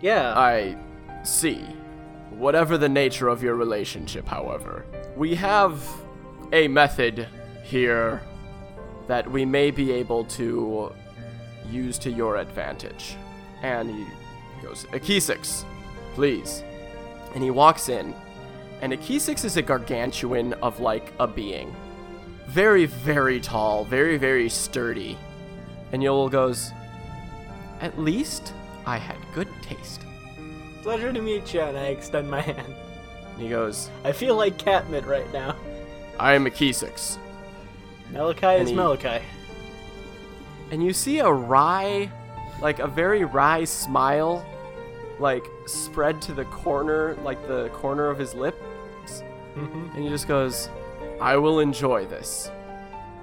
yeah. i see whatever the nature of your relationship however we have a method here that we may be able to use to your advantage and he goes akisix please and he walks in and Akisix is a gargantuan of like a being. Very, very tall, very, very sturdy. And Yol goes, At least I had good taste. Pleasure to meet you, and I extend my hand. And he goes, I feel like Catmint right now. I am Akisix. Malachi And is he- Malachi. And you see a wry, like a very wry smile, like spread to the corner, like the corner of his lip. hmm And he just goes, I will enjoy this.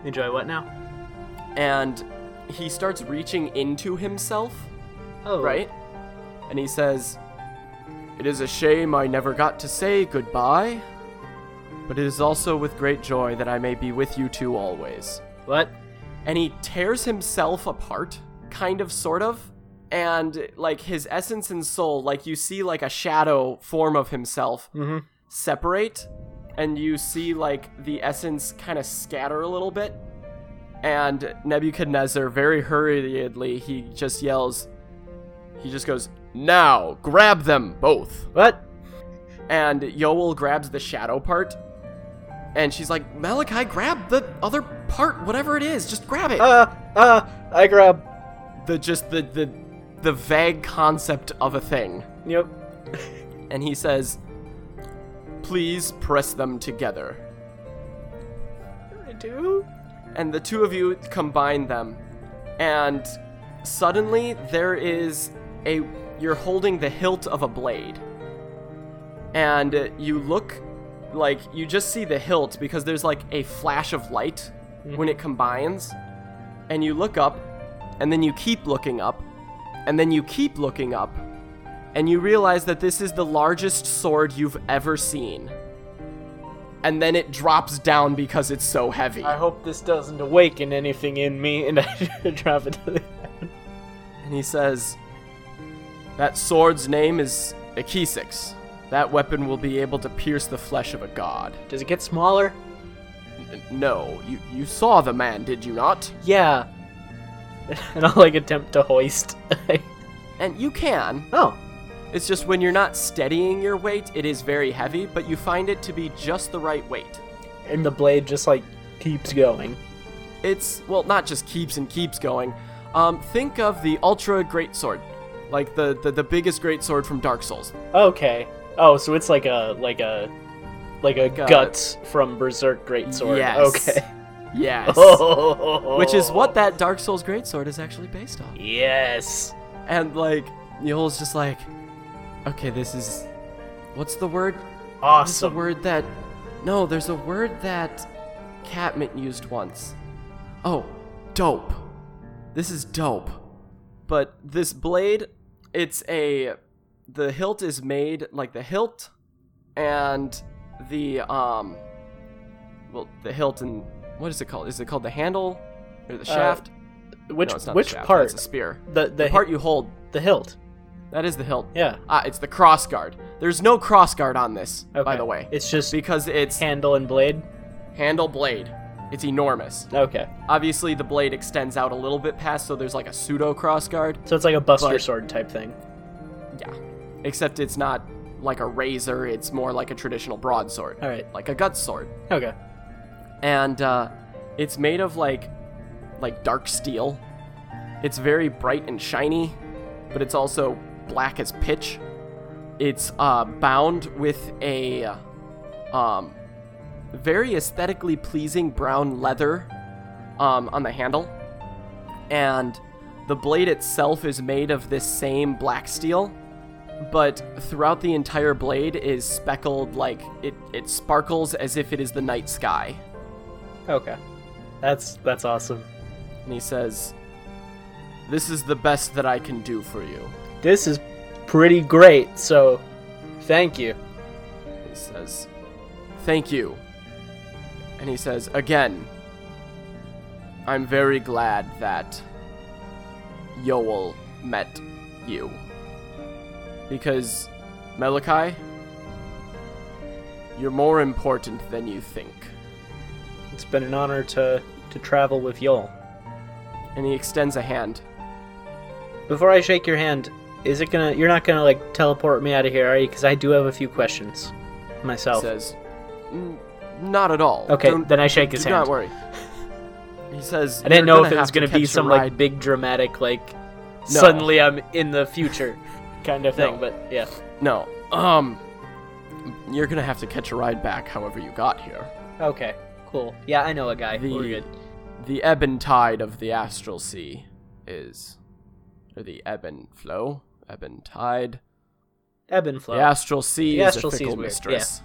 Enjoy what now? And he starts reaching into himself. Oh, right? And he says, It is a shame I never got to say goodbye, but it is also with great joy that I may be with you two always. What? And he tears himself apart, kind of, sort of, and like his essence and soul, like you see like a shadow form of himself hmm separate and you see like the essence kind of scatter a little bit and nebuchadnezzar very hurriedly he just yells he just goes now grab them both What? and yoel grabs the shadow part and she's like malachi grab the other part whatever it is just grab it Uh, uh, I grab. the just the the the vague concept of a thing Yep. and he says please press them together I do. and the two of you combine them and suddenly there is a you're holding the hilt of a blade and uh, you look like you just see the hilt because there's like a flash of light when it combines and you look up and then you keep looking up and then you keep looking up and you realize that this is the largest sword you've ever seen and then it drops down because it's so heavy I hope this doesn't awaken anything in me, and I drop it to the ground. and he says, That sword's name is Akisix. That weapon will be able to pierce the flesh of a god. Does it get smaller? N- no, you, you saw the man, did you not? Yeah. And I'll like attempt to hoist. And you can. oh, It's just when you're not steadying your weight, it is very heavy, but you find it to be just the right weight. and the blade just like keeps going. It's, well, not just keeps and keeps going. Um, think of the Ultra Greatsword, like the, the, the biggest greatsword from Dark Souls. Okay. Oh, so it's like a like a like a Like a- guts from Berserk Greatsword. Yes. Okay. Yes. Oh. Which is what that Dark Souls Greatsword is actually based on. Yes. And like Yol's just like, okay, this is what's the word? What's the Awesome. word that? No, there's a word that Catmint used once. Oh, dope. This is dope. But this blade, it's a the hilt is made like the hilt and the um well the hilt and what is it called? Is it called the handle or the shaft? Uh, Which No, it's not the which shaft, part? That's a spear. The the, The part you hold. the hilt. That is the hilt. Yeah. Ah, it's the cross guard. There's no cross guard on this, by Okay. the way, It's just because it's handle and blade. handle blade. It's enormous. Okay. Obviously, the blade extends out a little bit past, so there's like a pseudo cross guard. So it's like a buster But- sword type thing. Yeah. Except it's not like a razor, it's more like a traditional broadsword, All right. like a gut sword. Okay. And uh, it's made of like like dark steel. It's very bright and shiny, but it's also black as pitch. It's uh, bound with a um, very aesthetically pleasing brown leather um, on the handle, and the blade itself is made of this same black steel, but throughout the entire blade is speckled like it, it sparkles as if it is the night sky. Okay. That's that's awesome. And he says, This is the best that I can do for you. This is pretty great. So, thank you. He says, Thank you. And he says, Again, I'm very glad that Yoel met you. Because, Melokai, you're more important than you think. It's been an honor to to travel with Yol. And he extends a hand. Before I shake your hand, is it gonna? You're not gonna like teleport me out of here, are you? Because I do have a few questions He myself. says, "N- Not at all. okay, Don't- then I shake his do hand. not worry. He says, I didn't "You're know if it have was gonna be catch a some ride like big dramatic like suddenly I'm in the future kind of thing. No. But yeah, No. Um, you're gonna have to catch a ride back, however you got here. okay, cool. Yeah, I know a guy. We're The good. the ebb and tide of the astral sea is, or the ebb and flow, ebb and tide. Ebb and flow. The astral sea The is astral a sea fickle is weird, mistress.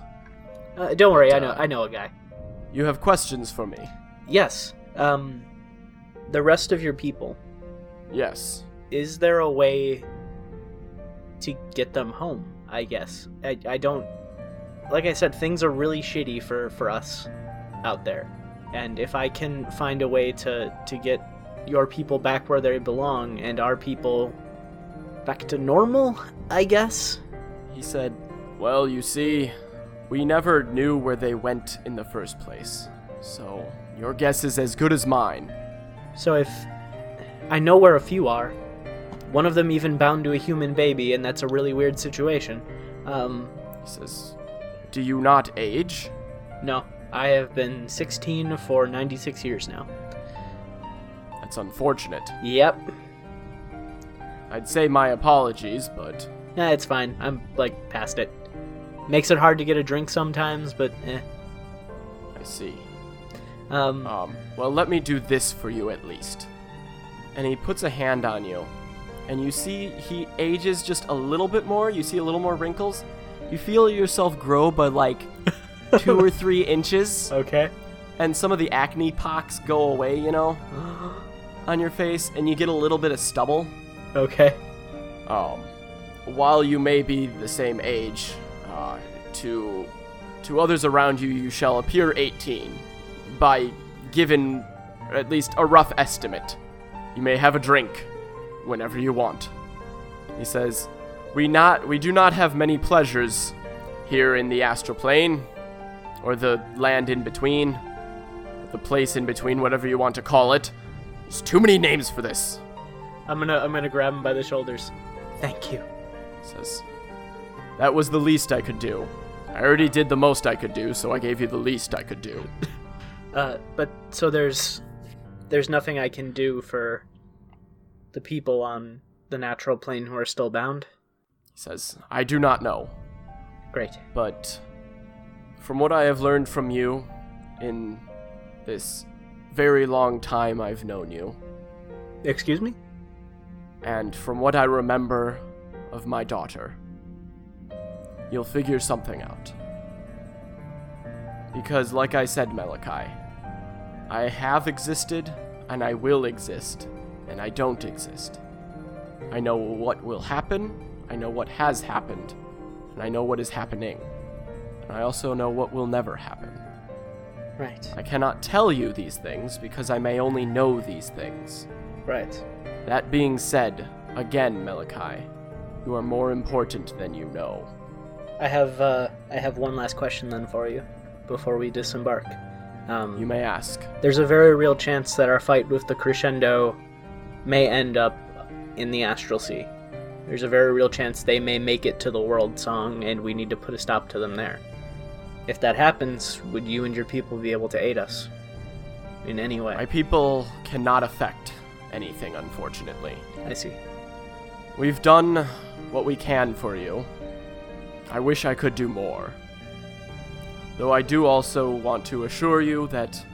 Uh, don't worry, I know. Uh, I know a guy. You have questions for me? Yes. Um, the rest of your people. Yes. Is there a way to get them home? I guess. I, I don't. Like I said, things are really shitty for for us out there, and if I can find a way to to get your people back where they belong and our people back to normal, I guess. He said, Well, you see, we never knew where they went in the first place. So, your guess is as good as mine. So if I know where a few are, one of them even bound to a human baby, and that's a really weird situation. Um, He says, Do you not age? no, I have been 16 for 96 years now. That's unfortunate. Yep. I'd say my apologies, but Nah, it's fine. I'm like past it. Makes it hard to get a drink sometimes, but eh. I see. Um, Um, well, let me do this for you at least. And he puts a hand on you, and you see he ages just a little bit more. You see a little more wrinkles. You feel yourself grow by like two or three inches, okay. and some of the acne pocks go away, you know, on your face, and you get a little bit of stubble. okay. Um, while you may be the same age, uh, to to others around you, you shall appear 18 by given at least a rough estimate. You may have a drink whenever you want. He says, "We not we do not have many pleasures here in the astral plane, or the land in between, the place in between, whatever you want to call it. There's too many names for this." I'm gonna I'm gonna grab him by the shoulders. Thank you. says, That was the least I could do. I already did the most I could do, so I gave you the least I could do. Uh, but so there's there's nothing I can do for the people on the natural plane who are still bound. He says, I do not know, Great. but from what I have learned from you in this very long time I've known you, Excuse me? and from what I remember of my daughter, you'll figure something out. Because, like I said, Malachi, I have existed, and I will exist, and I don't exist. I know what will happen, I know what has happened, and I know what is happening. And I also know what will never happen. Right. I cannot tell you these things because I may only know these things. Right. That being said, again, Melikai, you are more important than you know. I have uh, I have one last question then for you before we disembark. Um, You may ask. there's a very real chance that our fight with the crescendo may end up in the astral sea. There's a very real chance they may make it to the world song, and we need to put a stop to them there. If that happens, would you and your people be able to aid us? In any way? My people cannot affect anything, unfortunately. I see. We've done what we can for you. I wish I could do more. Though I do also want to assure you that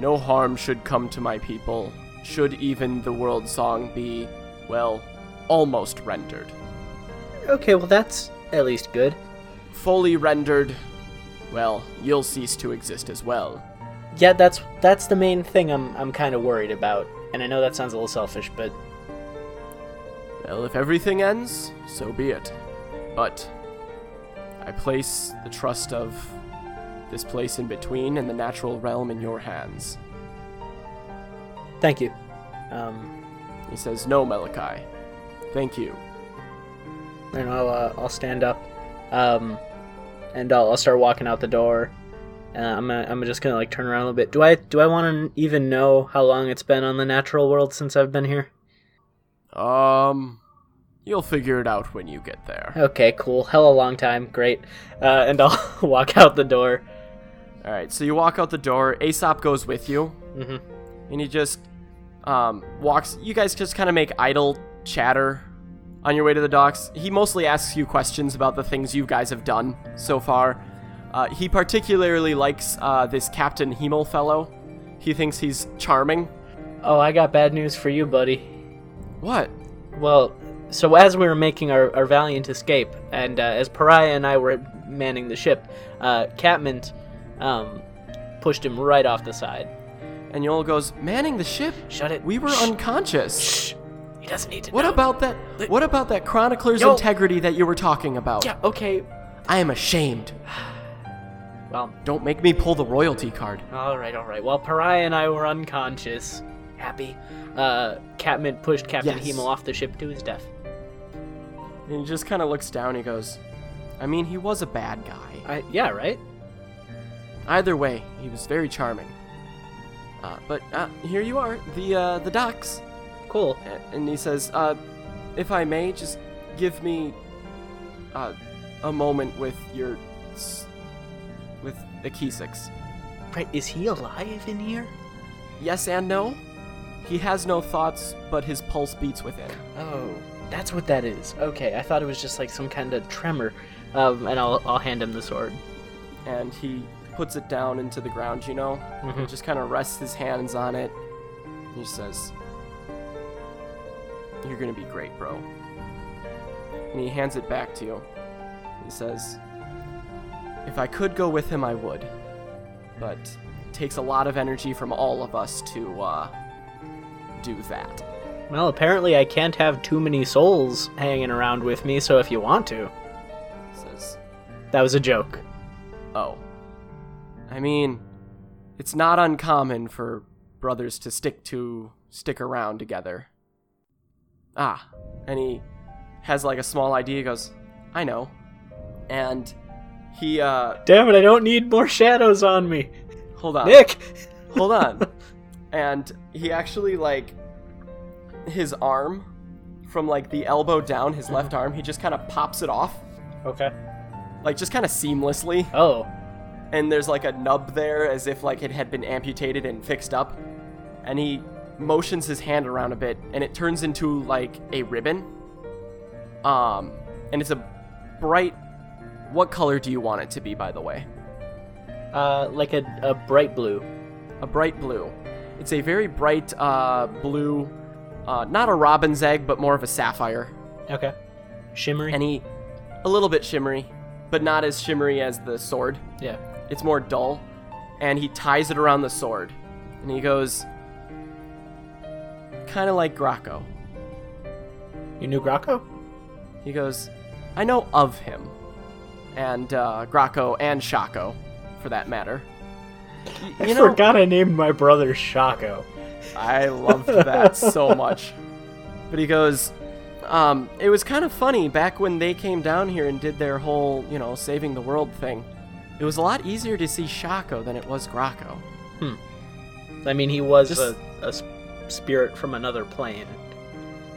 no harm should come to my people, should even the world song be, well, almost rendered. Okay, well, that's at least good. Fully rendered, well, you'll cease to exist as well. Yeah, that's that's the main thing I'm I'm kind of worried about. And I know that sounds a little selfish, but Well, if everything ends, so be it. But I place the trust of this place in between and the natural realm in your hands. thank you. Um, He says, No, Malachi. Thank you. and I'll uh, I'll stand up, um, and I'll, I'll start walking out the door. Uh, I'm gonna, I'm just gonna like turn around a little bit. Do I do I want to even know how long it's been on the natural world since I've been here? Um, you'll figure it out when you get there. Okay, cool. Hella long time. Great. Uh, and I'll walk out the door. All right, so you walk out the door. Aesop goes with you, hmm and he just um, walks. You guys just kind of make idle chatter on your way to the docks. He mostly asks you questions about the things you guys have done so far. Uh, he particularly likes uh, this Captain Hemel fellow. He thinks he's charming. Oh, I got bad news for you, buddy. What? Well, so as we were making our, our valiant escape, and uh, as Pariah and I were manning the ship, uh, Catmint um, pushed him right off the side. And Yoel goes, manning the ship. Shut it. We were Shh. unconscious. Shh. He doesn't need to What know. about that? What about that chronicler's Yo. integrity that you were talking about? Yeah, okay. I am ashamed. Well, Don't make me pull the royalty card. alright, alright. While Pariah and I were unconscious, happy, uh, Catmint pushed Captain Yes. Hemel off the ship to his death. And he just kind of looks down. He goes, I mean, he was a bad guy. I, yeah, right? Either way, he was very charming. Uh, but uh, here you are, the uh, the docks. Cool. A- And he says, uh, if I may, just give me uh, a moment with your s- with the Kesix. Right, is he alive in here? Yes and no. He has no thoughts, but his pulse beats within. Oh, that's what that is. Okay, I thought it was just like some kind of tremor. Um, and I'll, I'll hand him the sword. and he puts it down into the ground, you know? Mhm. And just kind of rests his hands on it. He says, You're gonna be great, bro. And he hands it back to you. He says, If I could go with him, I would. But it takes a lot of energy from all of us to, uh, do that. Well, apparently I can't have too many souls hanging around with me, so if you want to. He says, That was a joke. Oh. I mean, it's not uncommon for brothers to stick to stick around together. Ah, and he has like a small idea. He goes, I know, and he uh, Damn it, I don't need more shadows on me. hold on, Nick! hold on, and he actually like his arm from like the elbow down, his left arm, he just kind of pops it off, Okay. like just kind of seamlessly. Oh. and there's like a nub there as if like it had been amputated and fixed up and he motions his hand around a bit and it turns into like a ribbon um and it's a bright what color do you want it to be by the way Uh, like a, a bright blue. a bright blue it's a very bright uh blue uh not a robin's egg but more of a sapphire Okay. Shimmery? and he a little bit shimmery but not as shimmery as the sword yeah. it's more dull and he ties it around the sword and he goes kind of like Graco. You knew Graco? He goes, "I know of him." And uh Graco and Shaco for that matter. Y- I you know, forgot I named my brother Shaco. I loved that so much. But he goes, um, it was kind of funny back when they came down here and did their whole, you know, saving the world thing. It was a lot easier to see Shaco than it was Graco. I mean, he was Just- a, a s- spirit from another plane.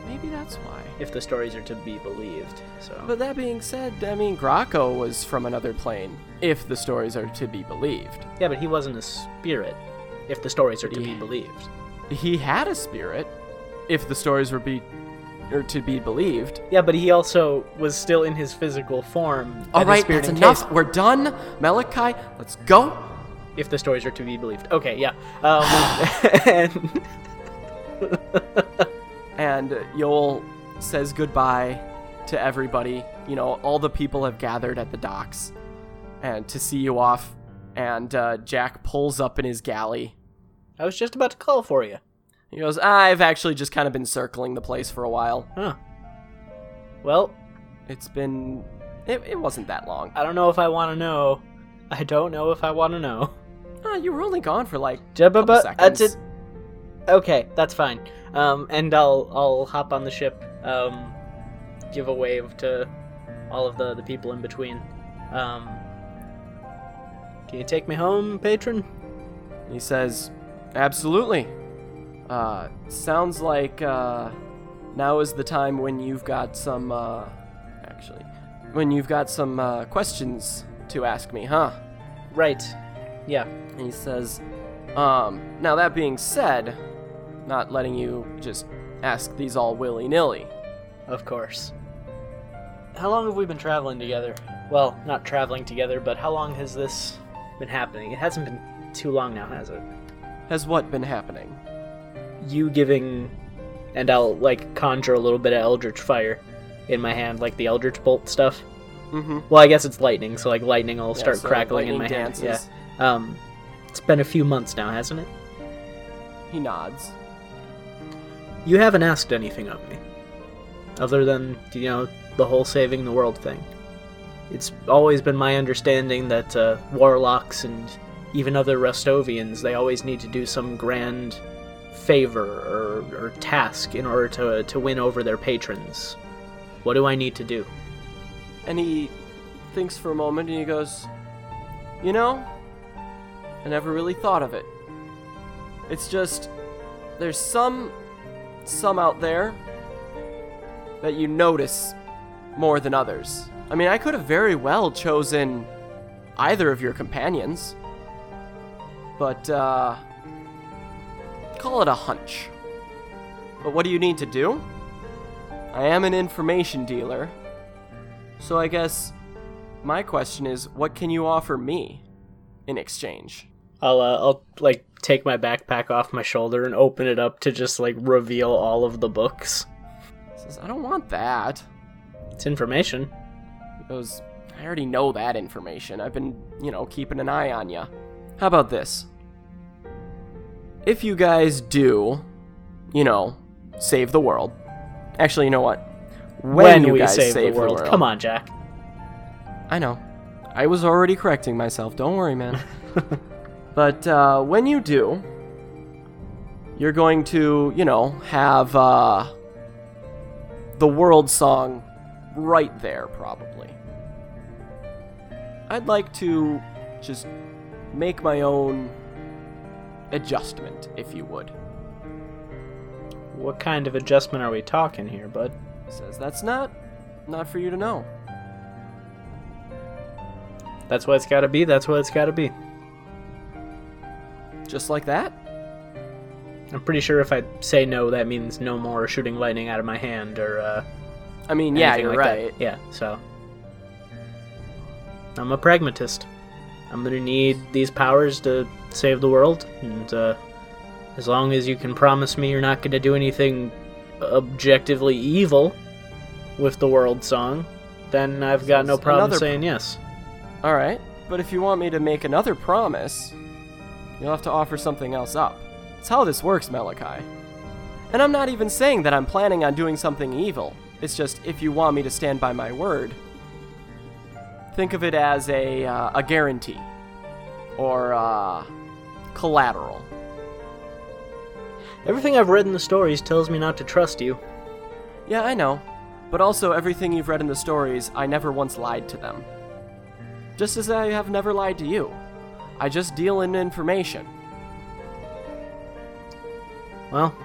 Maybe that's why. if the stories are to be believed. So But that being said, I mean, Graco was from another plane, if the stories are to be believed. yeah, but he wasn't a spirit. If the stories are to be Yeah. believed. He had a spirit, if the stories were be or to be believed. Yeah, but he also was still in his physical form. All and his right, spirit that's and enough. case, We're done. Malachi, let's go. if the stories are to be believed. Okay, yeah. Um, and And Yoel says goodbye to everybody. You know, all the people have gathered at the docks and to see you off. And uh, Jack pulls up in his galley. I was just about to call for you. He goes, I've actually just kind of been circling the place for a while. Huh. Well, It's been. It, it wasn't that long. I don't know if I want to know. I don't know if I want to know. Uh, you were only gone for like. Jabba, Couple uh, seconds. did- Okay, that's fine. Um, and I'll I'll hop on the ship. Um, give a wave to all of the the people in between. Um, can you take me home, patron? And he says, Absolutely. Uh, sounds like uh, now is the time when you've got some. Uh, actually, when you've got some uh, questions to ask me, huh? Right. Yeah. And he says, um, Now that being said, not letting you just ask these all willy nilly. Of course. How long have we been traveling together? Well, not traveling together, but how long has this been happening? It hasn't been too long now, has it? Has what been happening? You giving. And I'll, like, conjure a little bit of Eldritch Fire in my hand, like the Eldritch Bolt stuff. Mm hmm. Well, I guess it's lightning, so, like, lightning will start crackling in my hand. dances. Yeah. Um, it's been a few months now, hasn't it? He nods. You haven't asked anything of me. Other than, you know, the whole saving the world thing. It's always been my understanding that uh, warlocks and even other Rustovians, they always need to do some grand favor or, or task in order to, to win over their patrons. What do I need to do? And he thinks for a moment and he goes, You know, I never really thought of it. It's just, there's some, some out there that you notice more than others. I mean, I could have very well chosen either of your companions, but, uh, call it a hunch. But what do you need to do? I am an information dealer. So I guess my question is, what can you offer me in exchange? I'll, uh, I'll like take my backpack off my shoulder and open it up to just like reveal all of the books. He says, I don't want that. It's information. He goes, I already know that information. I've been, you know, keeping an eye on you. How about this? If you guys do, you know, save the world. Actually, you know what? When, you we guys save, the, world. Come on, Jack. I know. I was already correcting myself. Don't worry, man. but uh, when you do, you're going to, you know, have uh, the world song right there, probably. I'd like to just make my own adjustment, if you would. What kind of adjustment are we talking here, bud? Says that's not, not for you to know. That's what it's gotta be, that's what it's gotta be. Just like that. I'm pretty sure if I say no, that means no more shooting lightning out of my hand or, uh. I mean, yeah, anything you're like that. right. Yeah, so. I'm a pragmatist. I'm gonna need these powers to save the world, and, uh. As long as you can promise me you're not gonna do anything objectively evil with the world song, then I've got no Another problem pro- saying yes. All right, but if you want me to make another promise, you'll have to offer something else up. It's how this works, Malachi. And I'm not even saying that I'm planning on doing something evil. It's just if you want me to stand by my word, think of it as a uh, a guarantee or uh, collateral. Everything I've read in the stories tells me not to trust you. Yeah, I know. But also, everything you've read in the stories, I never once lied to them. Just as I have never lied to you. I just deal in information. Well,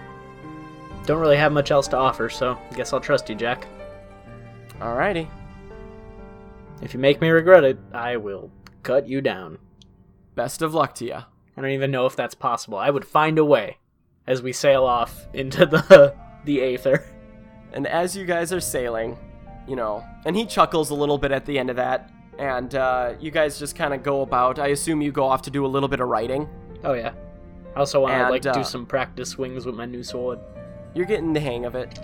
Don't really have much else to offer, so I guess I'll trust you, Jack. Alrighty. If you make me regret it, I will cut you down. Best of luck to you. I don't even know if that's possible. I would find a way as we sail off into the the aether. And as you guys are sailing, you know, and he chuckles a little bit at the end of that, and uh, you guys just kind of go about. I assume you go off to do a little bit of writing. Oh yeah. I also want to And, like uh, do some practice swings with my new sword. You're getting the hang of it.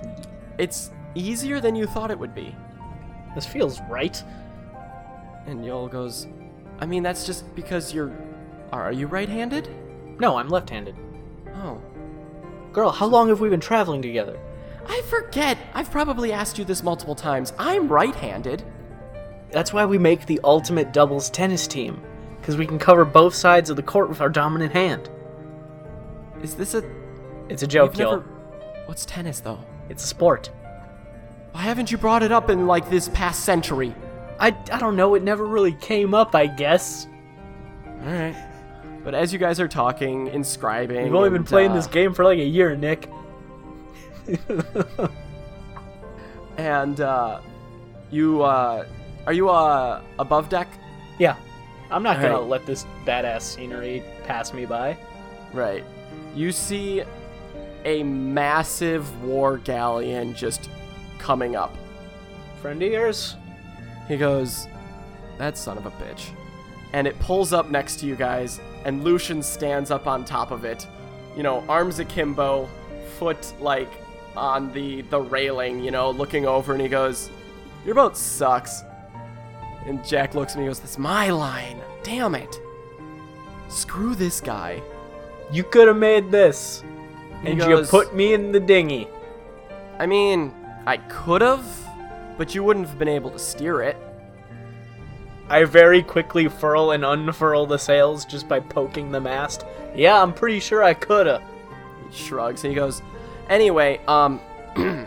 It's easier than you thought it would be. This feels right. And Yol goes, I mean, that's just because you're. Are are you right handed? No, I'm left-handed. Oh. Girl, how long have we been traveling together? I forget. I've probably asked you this multiple times. I'm right handed. That's why we make the ultimate doubles tennis team, because we can cover both sides of the court with our dominant hand. Is this a. It's a joke, We've y'all. never- What's tennis, though? It's a sport. Why haven't you brought it up in, like, this past century? I, I don't know, it never really came up, I guess. Alright. But as you guys are talking, inscribing. We've only been and, playing uh, this game for like a year, Nick. And, uh. You, uh. Are you, uh. Above deck? Yeah. I'm not gonna Alright. let this badass scenery pass me by. Right. You see a massive war galleon just coming up. Friend of yours? He goes, That son of a bitch. And it pulls up next to you guys, and Lucian stands up on top of it. You know, arms akimbo, foot like on the, the railing, you know, looking over, and he goes, Your boat sucks. And Jack looks at me and goes, That's my line. Damn it. Screw this guy. You could have made this. He And goes- you put me in the dinghy. I mean, I could have, but you wouldn't have been able to steer it. I very quickly furl and unfurl the sails just by poking the mast. Yeah, I'm pretty sure I coulda. He shrugs and he goes, Anyway, um,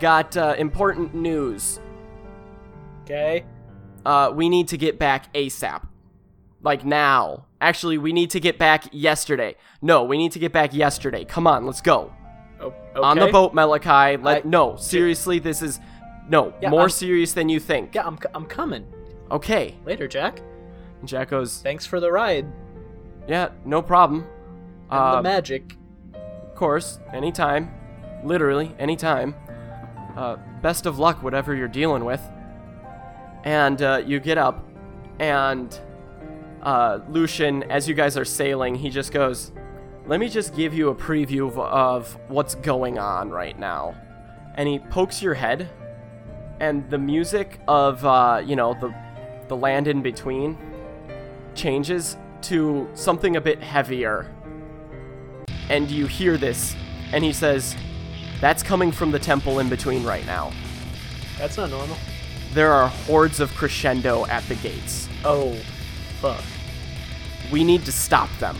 got uh, important news. Okay? Uh, we need to get back ASAP. Like now. Actually, we need to get back yesterday. No, we need to get back yesterday. Come on, let's go. O- okay. On the boat, Malachi. Let, I- no, seriously, this is. No, Yeah, more I'm- serious than you think. Yeah, I'm, c- I'm coming. Okay. Later, Jack. And Jack goes, Thanks for the ride Yeah, no problem. and the Uh, magic. Of course, anytime. Literally, anytime. Uh, best of luck, whatever you're dealing with. And uh, you get up, and uh, Lucian, as you guys are sailing, he just goes, Let me just give you a preview of, of what's going on right now. And he pokes your head, and the music of, uh, you know, the, the land in between changes to something a bit heavier and you hear this, and he says, That's coming from the temple in between right now. That's not normal. There are hordes of crescendo at the gates. Oh, fuck. We need to stop them.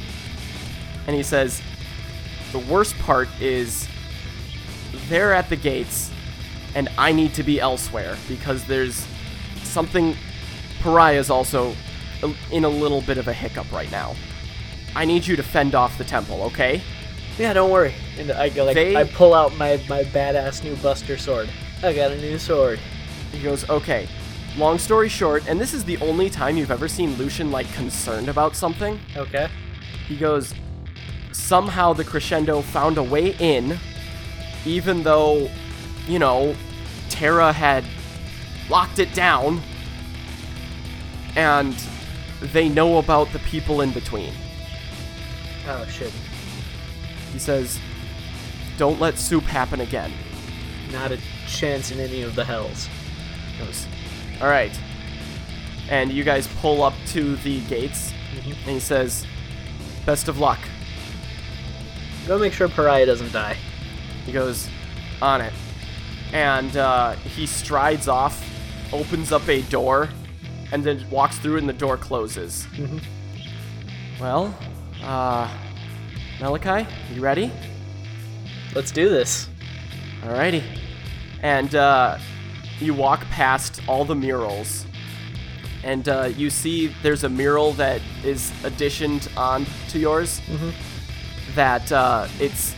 And he says, The worst part is they're at the gates, and I need to be elsewhere because there's something. Pariah's also in a little bit of a hiccup right now. I need you to fend off the temple, okay? Yeah, don't worry. And I go like They- I pull out my my badass new Buster sword. I got a new sword. He goes, okay. Long story short, and this is the only time you've ever seen Lucian like concerned about something. Okay. He goes, somehow the crescendo found a way in, even though, you know, Terra had locked it down, and they know about the people in between. Oh shit. He says, don't let soup happen again. Not a chance in any of the hells. goes, All right. And you guys pull up to the gates, and he says, Best of luck. Go make sure Pariah doesn't die. He goes, On it. And uh, he strides off, opens up a door, and then walks through, and the door closes. Mm-hmm. Well, uh, Malachi, you ready? Let's do this. Alrighty. And uh, you walk past all the murals, and uh, you see there's a mural that is additioned on to yours. That uh, it's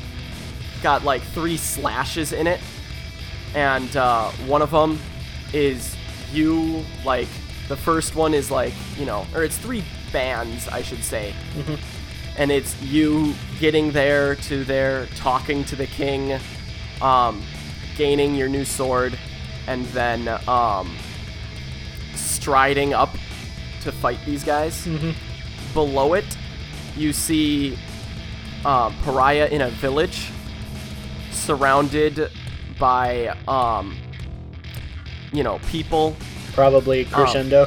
got like three slashes in it, and uh, one of them is you. Like the first one is like you know, or it's three bands, I should say, and it's you getting there to there, talking to the king, um, gaining your new sword, and then um, striding up to fight these guys. Below it, you see uh, Pariah in a village surrounded by, um, you know, people. Probably crescendo.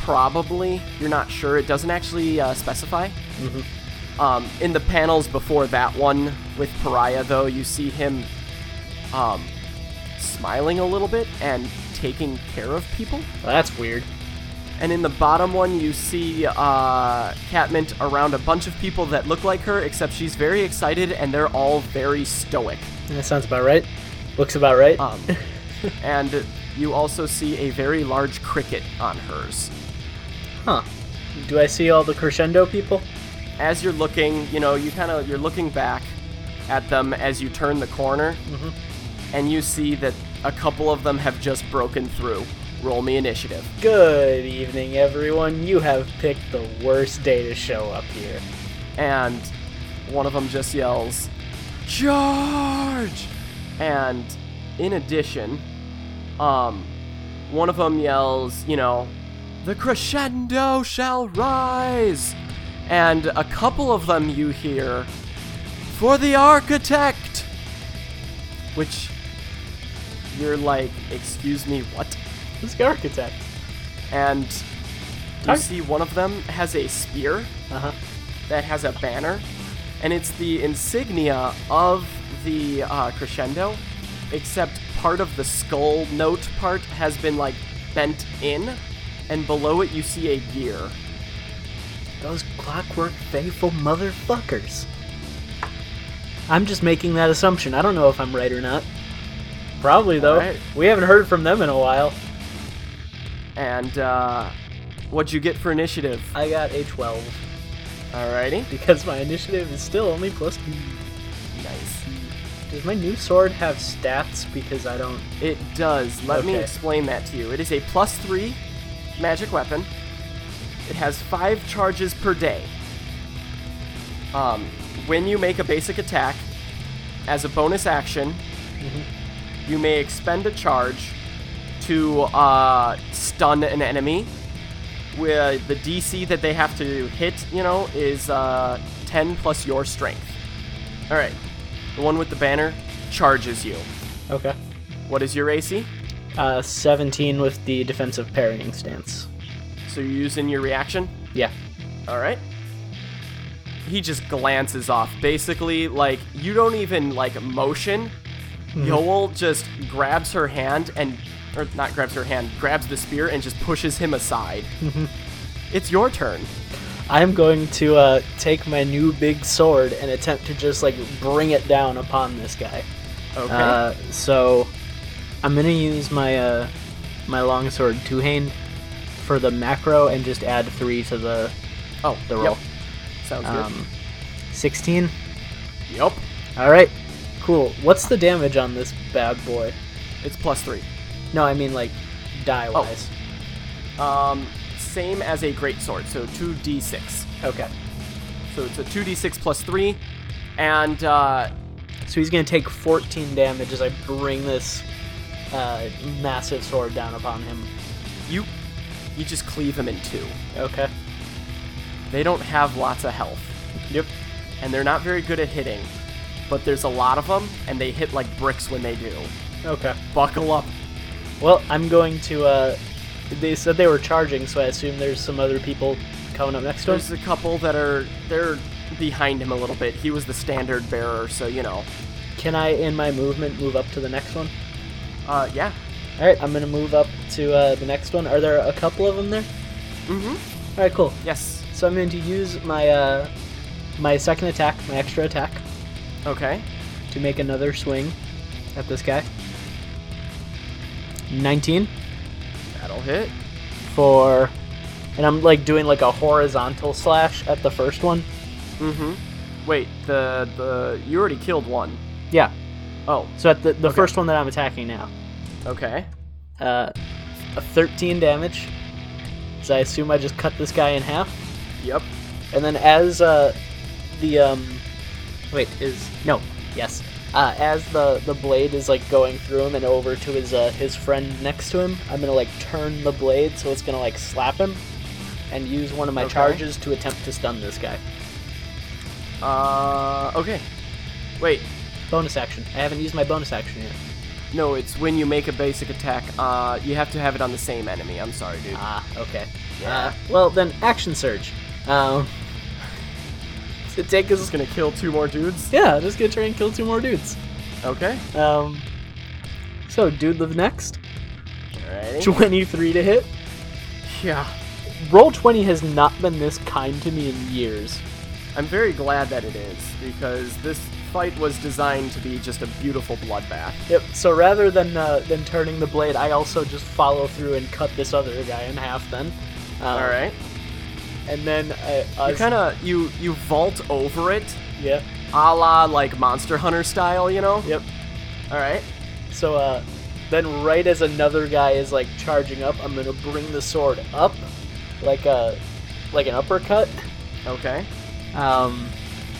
Probably. You're not sure. It doesn't actually uh, specify. Um, in the panels before that one with Pariah, though, you see him um, smiling a little bit and taking care of people. That's weird. And in the bottom one, you see uh, Catmint around a bunch of people that look like her, except she's very excited and they're all very stoic. That sounds about right. Looks about right. Um, and you also see a very large cricket on hers. huh. Do I see all the crescendo people? As you're looking, you know, you kind of you're looking back at them as you turn the corner, and you see that a couple of them have just broken through. Roll me initiative. Good evening, everyone. You have picked the worst day to show up here. and one of them just yells, "Charge!" And in addition, um, one of them yells, you know, "The crescendo shall rise!" And a couple of them you hear, "For the architect," which you're like, "Excuse me, what?" Who's the architect? And you Ar- see one of them has a spear Uh huh. that has a banner, and it's the insignia of the uh, crescendo, except part of the skull note part has been like bent in, and below it you see a gear. Those clockwork faithful motherfuckers. I'm just making that assumption. I don't know if I'm right or not. Probably, though. Alright. We haven't heard from them in a while. And uh, what'd you get for initiative? I got a 12 Alrighty, because my initiative is still only plus two. nice. Does my new sword have stats? Because I don't. It does. Let me Okay. explain that to you. It is a plus three magic weapon. It has five charges per day. Um, when you make a basic attack, as a bonus action, you may expend a charge to uh, stun an enemy. Where the DC that they have to hit, you know, is uh, 10 plus your strength. All right. The one with the banner charges you. Okay. What is your AC? Uh, 17 with the defensive parrying stance. So you're using your reaction? Yeah. All right. He just glances off. Basically, like you don't even like motion. Yoel just grabs her hand and, or not grabs her hand, grabs the spear and just pushes him aside. It's your turn. I'm going to uh, take my new big sword and attempt to just like bring it down upon this guy. Okay. Uh, so I'm gonna use my uh, my longsword two hand for the macro and just add three to the oh, the yep. roll. Sounds Um, Sixteen. good. Yep. All right, cool. What's the damage on this bad boy? It's plus three. No, I mean like die wise. Um, same as a great sword, so two d six. Okay. So it's a two d six plus three, and uh, So he's gonna take 14 damage as I bring this uh, massive sword down upon him. you you just cleave him in two. Okay. They don't have lots of health, Yep. and they're not very good at hitting, but there's a lot of them, and they hit like bricks when they do. Okay. Buckle up. Well, I'm going to. Uh, they said they were charging, so I assume there's some other people coming up next to us. There's a couple that are they're behind him a little bit. He was the standard bearer, so you know. Can I, in my movement, move up to the next one? Uh, yeah. All right, I'm gonna move up to uh, the next one. Are there a couple of them there? Mm-hmm. All right, cool. Yes. So I'm going to use my uh, my second attack, my extra attack, Okay. to make another swing at this guy. 19 That'll hit. for, and I'm like doing like a horizontal slash at the first one. Mm-hmm. Wait, the the you already killed one. Yeah. Oh, So at the, the Okay. first one that I'm attacking now, okay. uh, a 13 damage. So I assume I just cut this guy in half. Yep. And then as uh, the um, wait is no yes uh, as the the blade is like going through him and over to his uh, his friend next to him, I'm gonna like turn the blade so it's gonna like slap him, and use one of my Okay. charges to attempt to stun this guy. Uh, okay. Wait, Bonus action. I haven't used my bonus action yet. no, it's when you make a basic attack. Uh, you have to have it on the same enemy. I'm sorry, dude. Ah, okay. Yeah. Uh, well then, action surge. Um, to take his. Just gonna kill two more dudes. Yeah, just gonna try and kill two more dudes. Okay. Um, so dude live next. Alrighty. 23 to hit. Yeah. Roll 20 has not been this kind to me in years. I'm very glad that it is because this fight was designed to be just a beautiful bloodbath. Yep. So rather than uh, than turning the blade, I also just follow through and cut this other guy in half. Then. Um, All right. And then I, I You kind of you you vault over it, yeah a la like Monster Hunter style, you know. yep. All right. So uh, then right as another guy is like charging up, I'm gonna bring the sword up, like a like an uppercut. Okay. Um,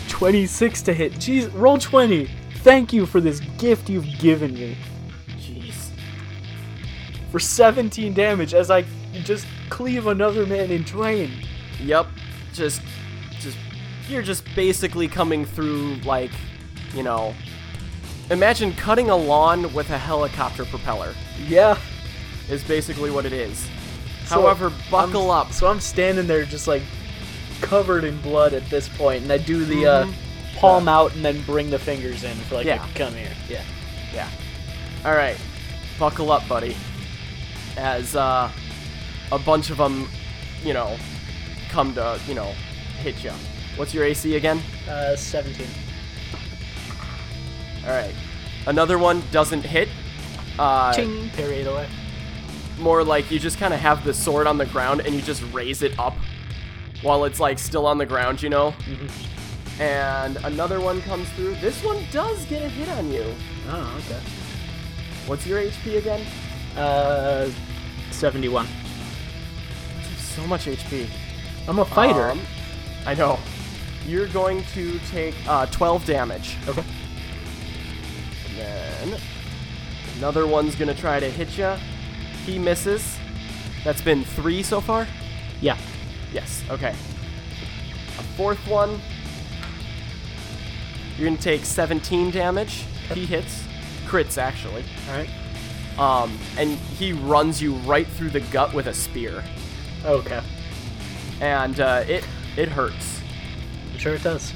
26 to hit. Jeez, roll 20. Thank you for this gift you've given me. Jeez. for 17 damage as I just cleave another man in twain. Yep. Just just you're just basically coming through like, you know, imagine cutting a lawn with a helicopter propeller Yeah. is basically what it is. So, However, buckle I'm- up. So I'm standing there just like covered in blood at this point, and I do the uh, Mhm. palm out and then bring the fingers in for like, a Yeah. come here. Yeah. Yeah. All right. Buckle up, buddy. As uh, a bunch of them, you know, come to, you know, hit you. What's your AC again? Uh, 17. All right. Another one doesn't hit. Uh, Ching. Parry it away. more like you just kind of have the sword on the ground and you just raise it up while it's like still on the ground, you know? Mm-hmm. And another one comes through. This one does get a hit on you. Oh, okay. What's your HP again? Uh, 71. You have So much HP. I'm a fighter. Um, I know. You're going to take uh, 12 damage. okay. And then another one's going to try to hit you. He misses. That's been three so far. Yeah. Yes, okay. A fourth one. You're gonna take 17 damage. He hits. Crits, actually. All right. Um, and he runs you right through the gut with a spear. Okay. And uh, it, it hurts. I'm sure it does.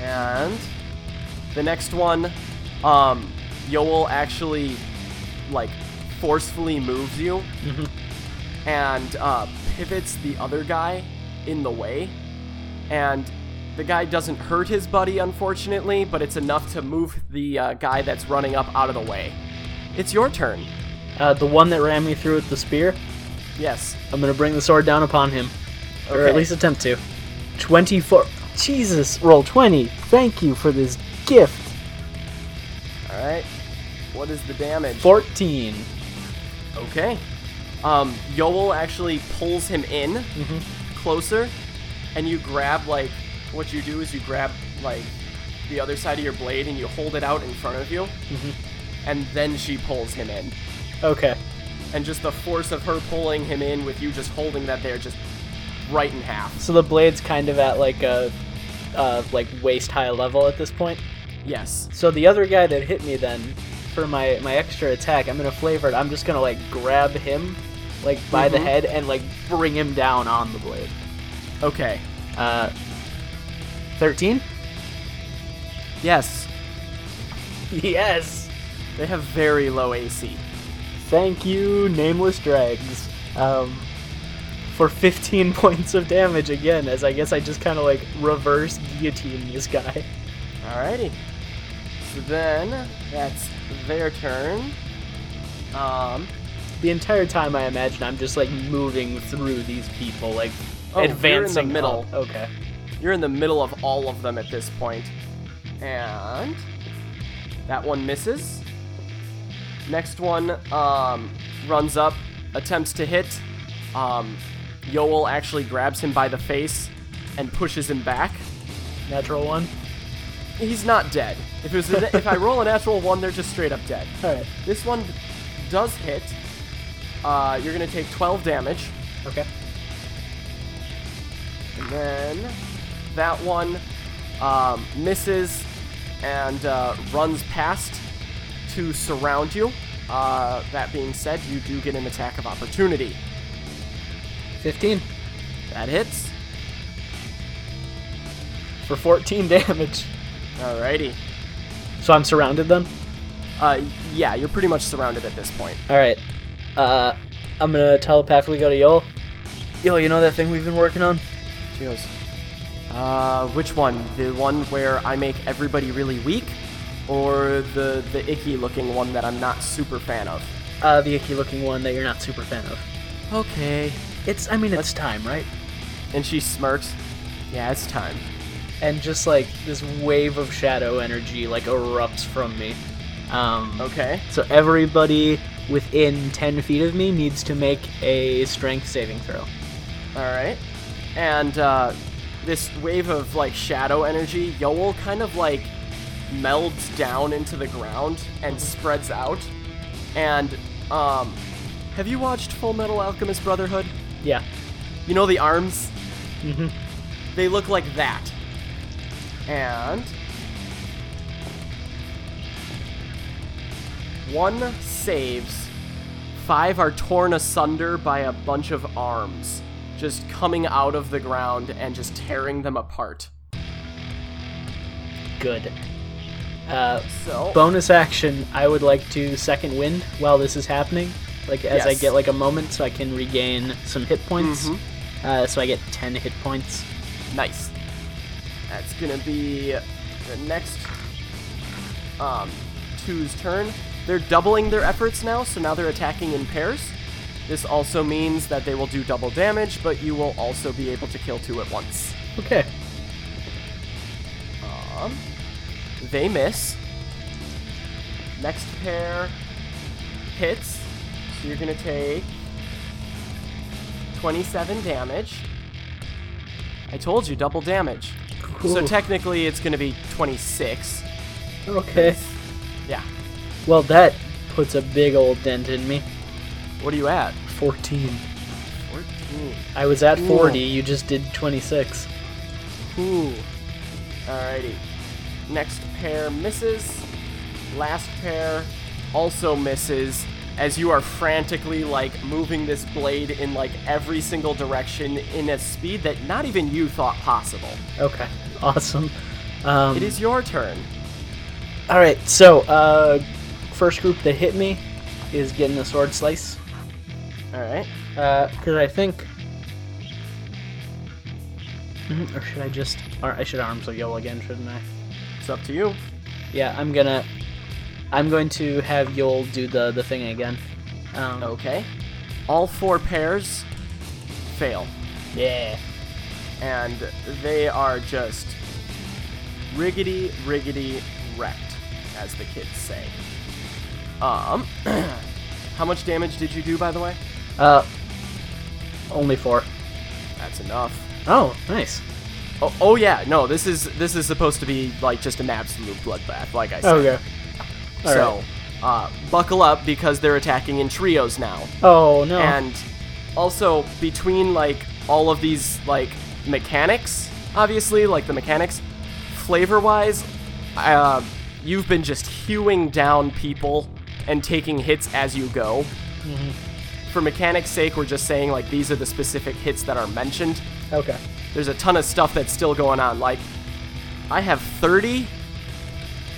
And the next one, um, Yoel actually, like, forcefully moves you and uh, pivots the other guy in the way. And the guy doesn't hurt his buddy, unfortunately, but it's enough to move the uh, guy that's running up out of the way. It's your turn. Uh, the one that ran me through with the spear. Yes. I'm gonna bring the sword down upon him, or at Okay. least attempt to. Twenty-four. Jesus, roll twenty. Thank you for this gift. All right. What is the damage? Fourteen. Okay. Um, Yoel actually pulls him in closer, and you grab, like, what you do is you grab, like, the other side of your blade and you hold it out in front of you, and then she pulls him in. Okay. And just the force of her pulling him in with you just holding that there, just right in half. So the blade's kind of at like a, uh, like waist-high level at this point. Yes. So the other guy that hit me then, for my my extra attack, I'm gonna flavor it. I'm just gonna like grab him, like by the Mhm. head and like bring him down on the blade. Okay. Uh. Thirteen. Yes. Yes. They have very low AC. Thank you, Nameless Drags, um, for 15 points of damage again, as I guess I just kind of like reverse guillotine this guy. Alrighty. So then, that's their turn. Um, The entire time I imagine I'm just like moving through these people, like Oh, you're in the advancing. middle. up. Okay. You're in the middle of all of them at this point. And That one misses. Next one um, runs up, attempts to hit. Um, Yoel actually grabs him by the face and pushes him back. Natural one. He's not dead. If it was a, if I roll a natural one, they're just straight up dead. All right. This one does hit. Uh, you're gonna take 12 damage, Okay. and then that one um, misses and uh, runs past to surround you. Uh, that being said, you do get an attack of opportunity. Fifteen That hits. for fourteen damage. Alrighty. So I'm surrounded then. Uh, yeah, you're pretty much surrounded at this point. All right. Uh, I'm gonna telepathically go to Yo. Yo, you know that thing we've been working on? She goes, uh, which one? The one where I make everybody really weak, or the the icky looking one that I'm not super fan of? Uh, the icky looking one that you're not super fan of. Okay. It's, I mean, it's time, right? And she smirks. Yeah, it's time. And just like this wave of shadow energy like erupts from me. Um, Okay. So everybody within 10 feet of me needs to make a strength saving throw. All right. And uh, this wave of like shadow energy, Yoel kind of like melds down into the ground and spreads out. And um, have you watched Full Metal Alchemist Brotherhood? Yeah. You know the arms? Mm-hmm. They look like that. And. One saves. Five are torn asunder by a bunch of arms, just coming out of the ground and just tearing them apart. Good. Uh, So. bonus action, I would like to second wind while this is happening. Like as I Yes. get like a moment, so I can regain some hit points. Mhm. Uh, so I get 10 hit points. Nice. That's gonna be the next um, two's turn. They're doubling their efforts now, so now they're attacking in pairs. This also means that they will do double damage, but you will also be able to kill two at once. Okay. Um, they miss. Next pair hits, so you're gonna take 27 damage. I told you, double damage. So Cool. technically, it's going to be 26. Okay. Yeah. Well, that puts a big old dent in me. What are you at? 14. 14. I was at Ooh. 40, you just did 26. Ooh. Alrighty. Next pair misses. Last pair also misses as you are frantically like moving this blade in like every single direction in a speed that not even you thought possible. Okay. Awesome. Um, It is your turn. All right, so uh, first group that hit me is getting a sword slice All right. because I think, Mhm, or should I just? Or I should arms a Yol again, shouldn't I? It's up to you. Yeah, I'm gonna, I'm going to have Yol do the the thing again. Um, Okay. All four pairs fail. Yeah. and they are just riggedy, riggedy wrecked, as the kids say. Um, how much damage did you do, by the way? Uh, only four. That's enough. Oh, nice. Oh, oh yeah, no, this is this is supposed to be like just an absolute bloodbath, like I said. Okay. All so, right. uh, buckle up because they're attacking in trios now. Oh no. and also between like all of these like mechanics obviously like the mechanics flavor wise uh, you've been just hewing down people and taking hits as you go for mechanics sake we're just saying like these are the specific hits that are mentioned okay. there's a ton of stuff that's still going on like i have 30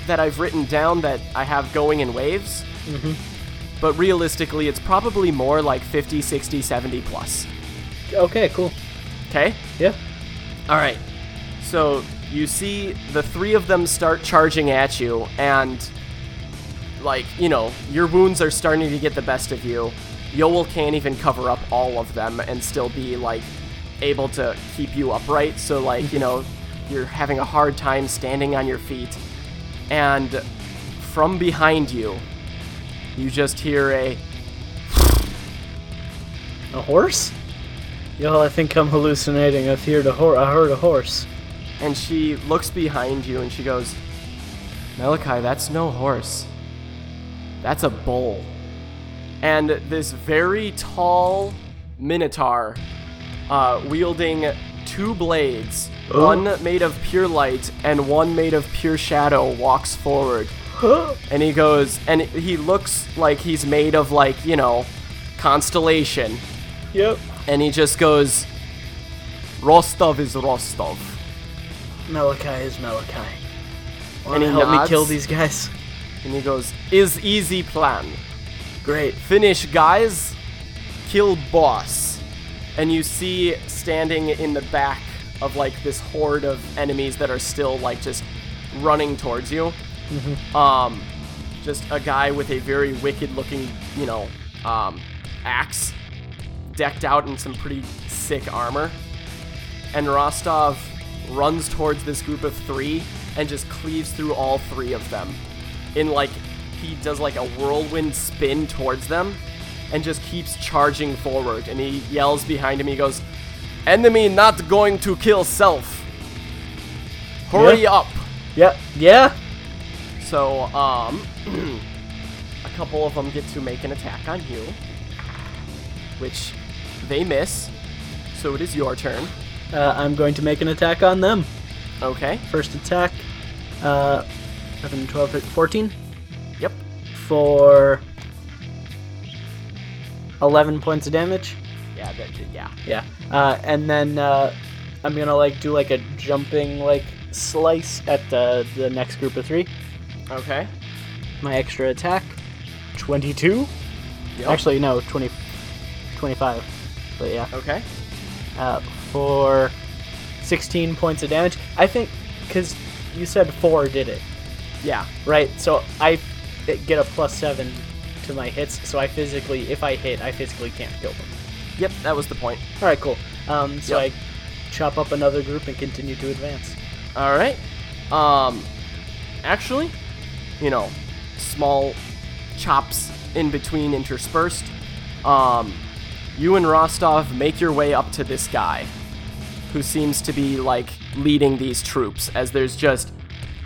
that i've written down that i have going in waves but realistically it's probably more like 50 60 70 plus Okay. Cool. okay Yeah. all right so you see the three of them start charging at you and like you know your wounds are starting to get the best of you yoel can't even cover up all of them and still be like able to keep you upright so like you know you're having a hard time standing on your feet and from behind you, you just hear a A horse? Y'all, I think I'm hallucinating. I've heard a hor- I heard a horse. and she looks behind you and she goes, Malachi, that's no horse. That's a bull. And this very tall minotaur, uh, wielding two blades, Oh. one made of pure light and one made of pure shadow, walks forward. And he goes, and he looks like he's made of, like, you know, constellation. yep. And he just goes, Rostov is Rostov. Malachi is Malachi. And Want to he help me nods. kill these guys? And he goes, Is easy plan. Great. Finish, guys. Kill boss. And you see standing in the back of like this horde of enemies that are still like just running towards you. Um, just a guy with a very wicked looking, you know, um, axe decked out in some pretty sick armor. And Rostov runs towards this group of three and just cleaves through all three of them. In like, he does like a whirlwind spin towards them and just keeps charging forward. And he yells behind him, he goes, Enemy not going to kill self. Hurry Yeah. up. Yep. Yeah. So, um, a couple of them get to make an attack on you, which they miss. So it is your turn. Uh, I'm going to make an attack on them. Okay. First attack. Uh, 11, 12, 13, 14. Yep. For 11 points of damage. Yeah. That, yeah. Yeah. Uh, and then uh, I'm gonna like do like a jumping like slice at the the next group of three. Okay. My extra attack, 22. Yep. Actually, no, 20, 25. But yeah, Okay. uh, for 16 points of damage. I think because you said four did it, Yeah. right? So I f- get a plus seven to my hits. So I physically, if I hit, I physically can't kill them. Yep. That was the point. All right, cool. Um, so Yep. I chop up another group and continue to advance. All right. Um, actually, you know, small chops in between interspersed. Um, you and Rostov make your way up to this guy who seems to be like leading these troops as there's just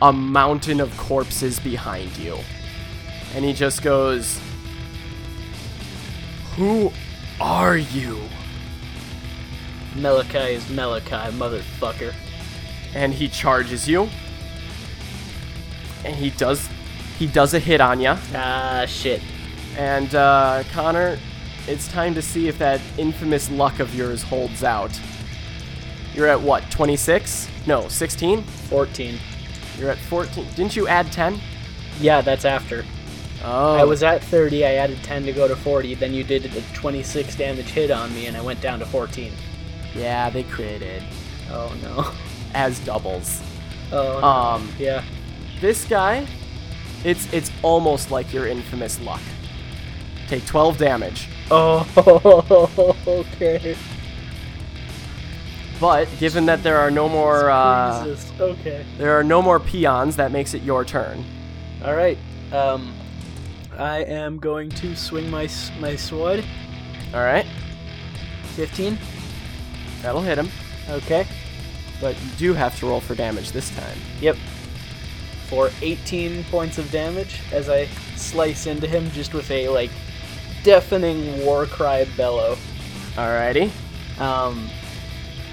a mountain of corpses behind you. And he just goes, Who are you? Malachi is Malachi, motherfucker. and he charges you and he does he does a hit on you Ah, shit. and uh, connor it's time to see if that infamous luck of yours holds out you're at what 26 no 16 14. you're at 14 didn't you add 10 Yeah, that's after. oh I was at 30, I added 10 to go to 40, then you did a 26 damage hit on me, and I went down to 14. yeah they created Oh no. Oh. as doubles Oh, no. um yeah. this guy it's it's almost like your infamous luck take 12 damage Oh, okay. but given that there are no more uh, Jesus. Okay. There are no more peons. That makes it your turn. Alright, um, I am going to swing my, s- my sword. All right, 15. that'll hit him. Okay. But you do have to roll for damage this time. Yep. For 18 points of damage as I slice into him just with a, like, deafening war cry bellow. Alrighty. Um,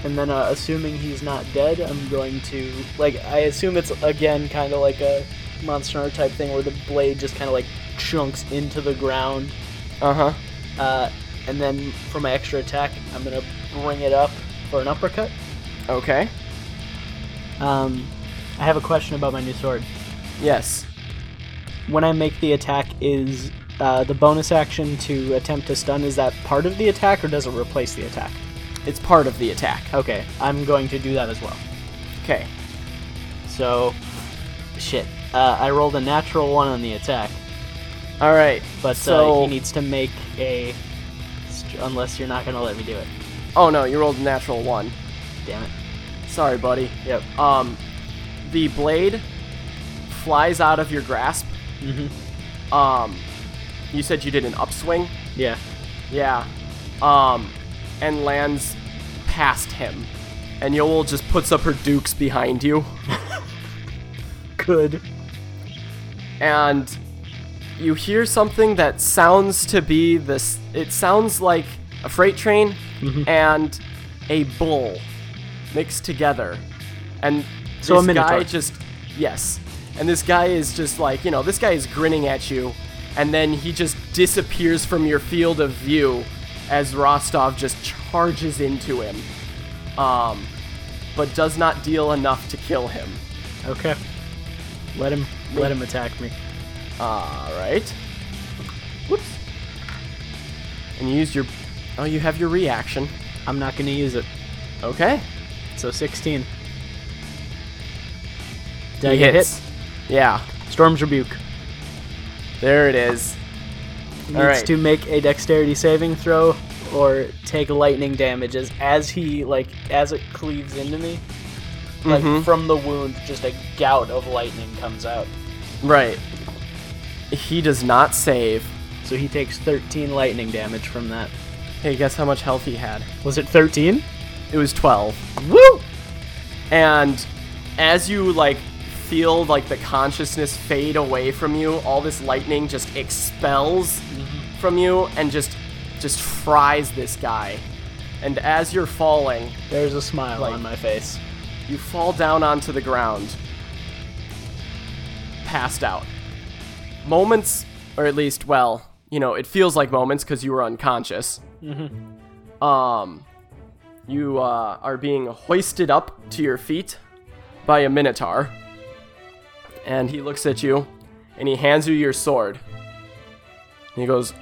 and then uh, assuming he's not dead, I'm going to like I assume it's again kind of like a Monster Hunter type thing where the blade just kind of like chunks into the ground. Uh huh. Uh, and then for my extra attack, I'm gonna bring it up for an uppercut. Okay. Um, I have a question about my new sword. Yes. When I make the attack, is uh, the bonus action to attempt to stun is that part of the attack or does it replace the attack? It's part of the attack. Okay, I'm going to do that as well. Okay. So, shit. Uh, I rolled a natural one on the attack, All right. but so uh, he needs to make a. st- Unless you're not gonna let me do it. oh no, you rolled a natural one. Damn it. Sorry, buddy. Yep. Um, the blade flies out of your grasp hmm Um, you said you did an upswing. Yeah. Yeah. Um, and lands past him. And Yoel just puts up her dukes behind you. Good. And you hear something that sounds to be this. It sounds like a freight train Mhm. and a bull mixed together. And So a this guy minotaur. just. Yes. And this guy is just like, you know, this guy is grinning at you. And then he just disappears from your field of view as Rostov just charges into him. Um, but does not deal enough to kill him. Okay. Let him. Let him attack me. Alright. Whoops. And you use your. Oh, you have your reaction. I'm not gonna use it. Okay. So 16. Did I He get hits. hit? Yeah. Storm's rebuke. There it is. needs All right. to make a dexterity saving throw or take lightning damages as he like as it cleaves into me like Mhm. from the wound just a gout of lightning comes out Right. He does not save. so he takes 13 lightning damage from that Hey, guess how much health he had? was it 13 It was 12. woo and as you like feel like the consciousness fade away from you all this lightning just expels Mm-hmm. from you and just just fries this guy and as you're falling there's a smile Like- on my face you fall down onto the ground passed out moments or at least well you know it feels like moments because you were unconscious um you uh, are being hoisted up to your feet by a minotaur and he looks at you and he hands you your sword and he goes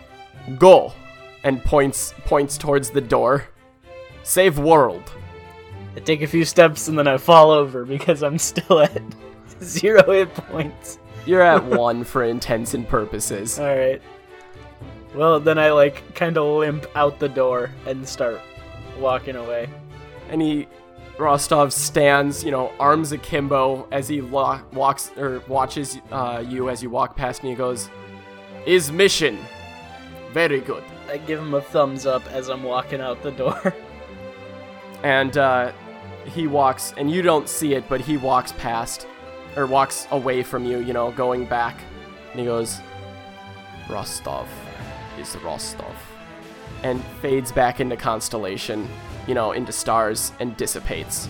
go and points points towards the door save world i take a few steps and then i fall over because i'm still at zero hit points You're at one for intents and purposes. all right well then i like kind of limp out the door and start walking away And he, Rostov stands, you know, arms akimbo as he lo- walks or watches uh, you as you walk past, and he goes, "Is mission very good." I give him a thumbs up as I'm walking out the door. And uh, he walks, and you don't see it, but he walks past or walks away from you, you know, going back, and he goes, "Rostov is Rostov," and fades back into constellation, you know, into stars, and dissipates.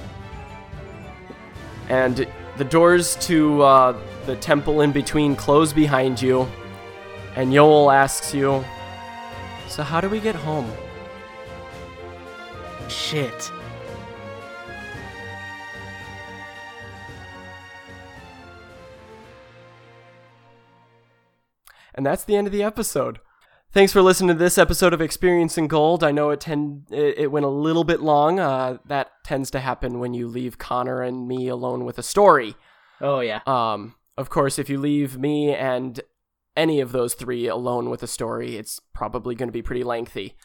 and the doors to uh, the temple in between close behind you. And Yoel asks you, "So how do we get home?" Shit. And that's the end of the episode. Thanks for listening to this episode of Experiencing Gold. I know it tend it, it went a little bit long. Uh, that tends to happen when you leave Connor and me alone with a story. Oh yeah. Um, of course, if you leave me and any of those three alone with a story, it's probably going to be pretty lengthy.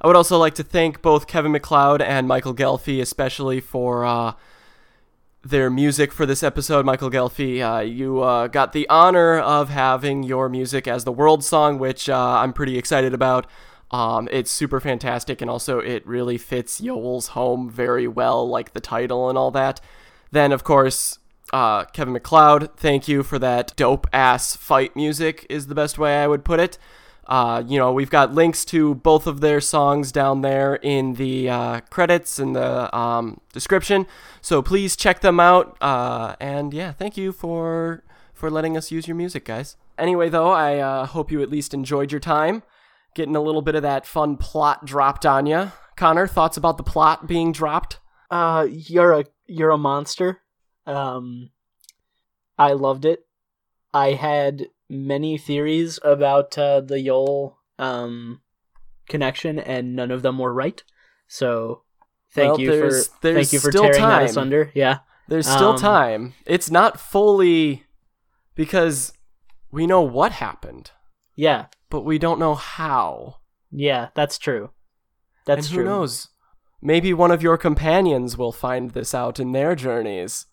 I would also like to thank both Kevin McLeod and Michael Gelfi, especially for uh, their music for this episode. Michael Gelfi, uh, you uh, got the honor of having your music as the world song, which uh, I'm pretty excited about. Um, it's super fantastic, and also it really fits Yoel's home very well, like the title and all that. Then, of course, uh, Kevin McLeod, thank you for that dope ass fight music, is the best way I would put it. Uh, you know, we've got links to both of their songs down there in the uh, credits and the um, description. So please check them out. Uh, and yeah, thank you for for letting us use your music, guys. Anyway, though, I uh, hope you at least enjoyed your time, getting a little bit of that fun plot dropped on you. Connor, thoughts about the plot being dropped? Uh, you're a you're a monster. Um, I loved it. I had many theories about uh, the Yol um connection, and none of them were right. So, thank Well, you for there's- there's thank you for still tearing time. that asunder. Yeah. There's still Um, time. It's not fully because we know what happened, Yeah. but we don't know how. Yeah. That's true. That's and true. who knows? Maybe one of your companions will find this out in their journeys.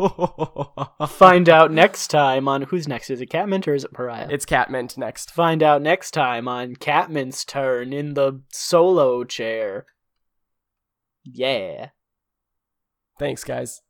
Find out next time on who's next. Is it Catmint or is it Pariah? it's Catmint next. Find out next time on Catmint's turn in the solo chair. Yeah. Thanks, guys.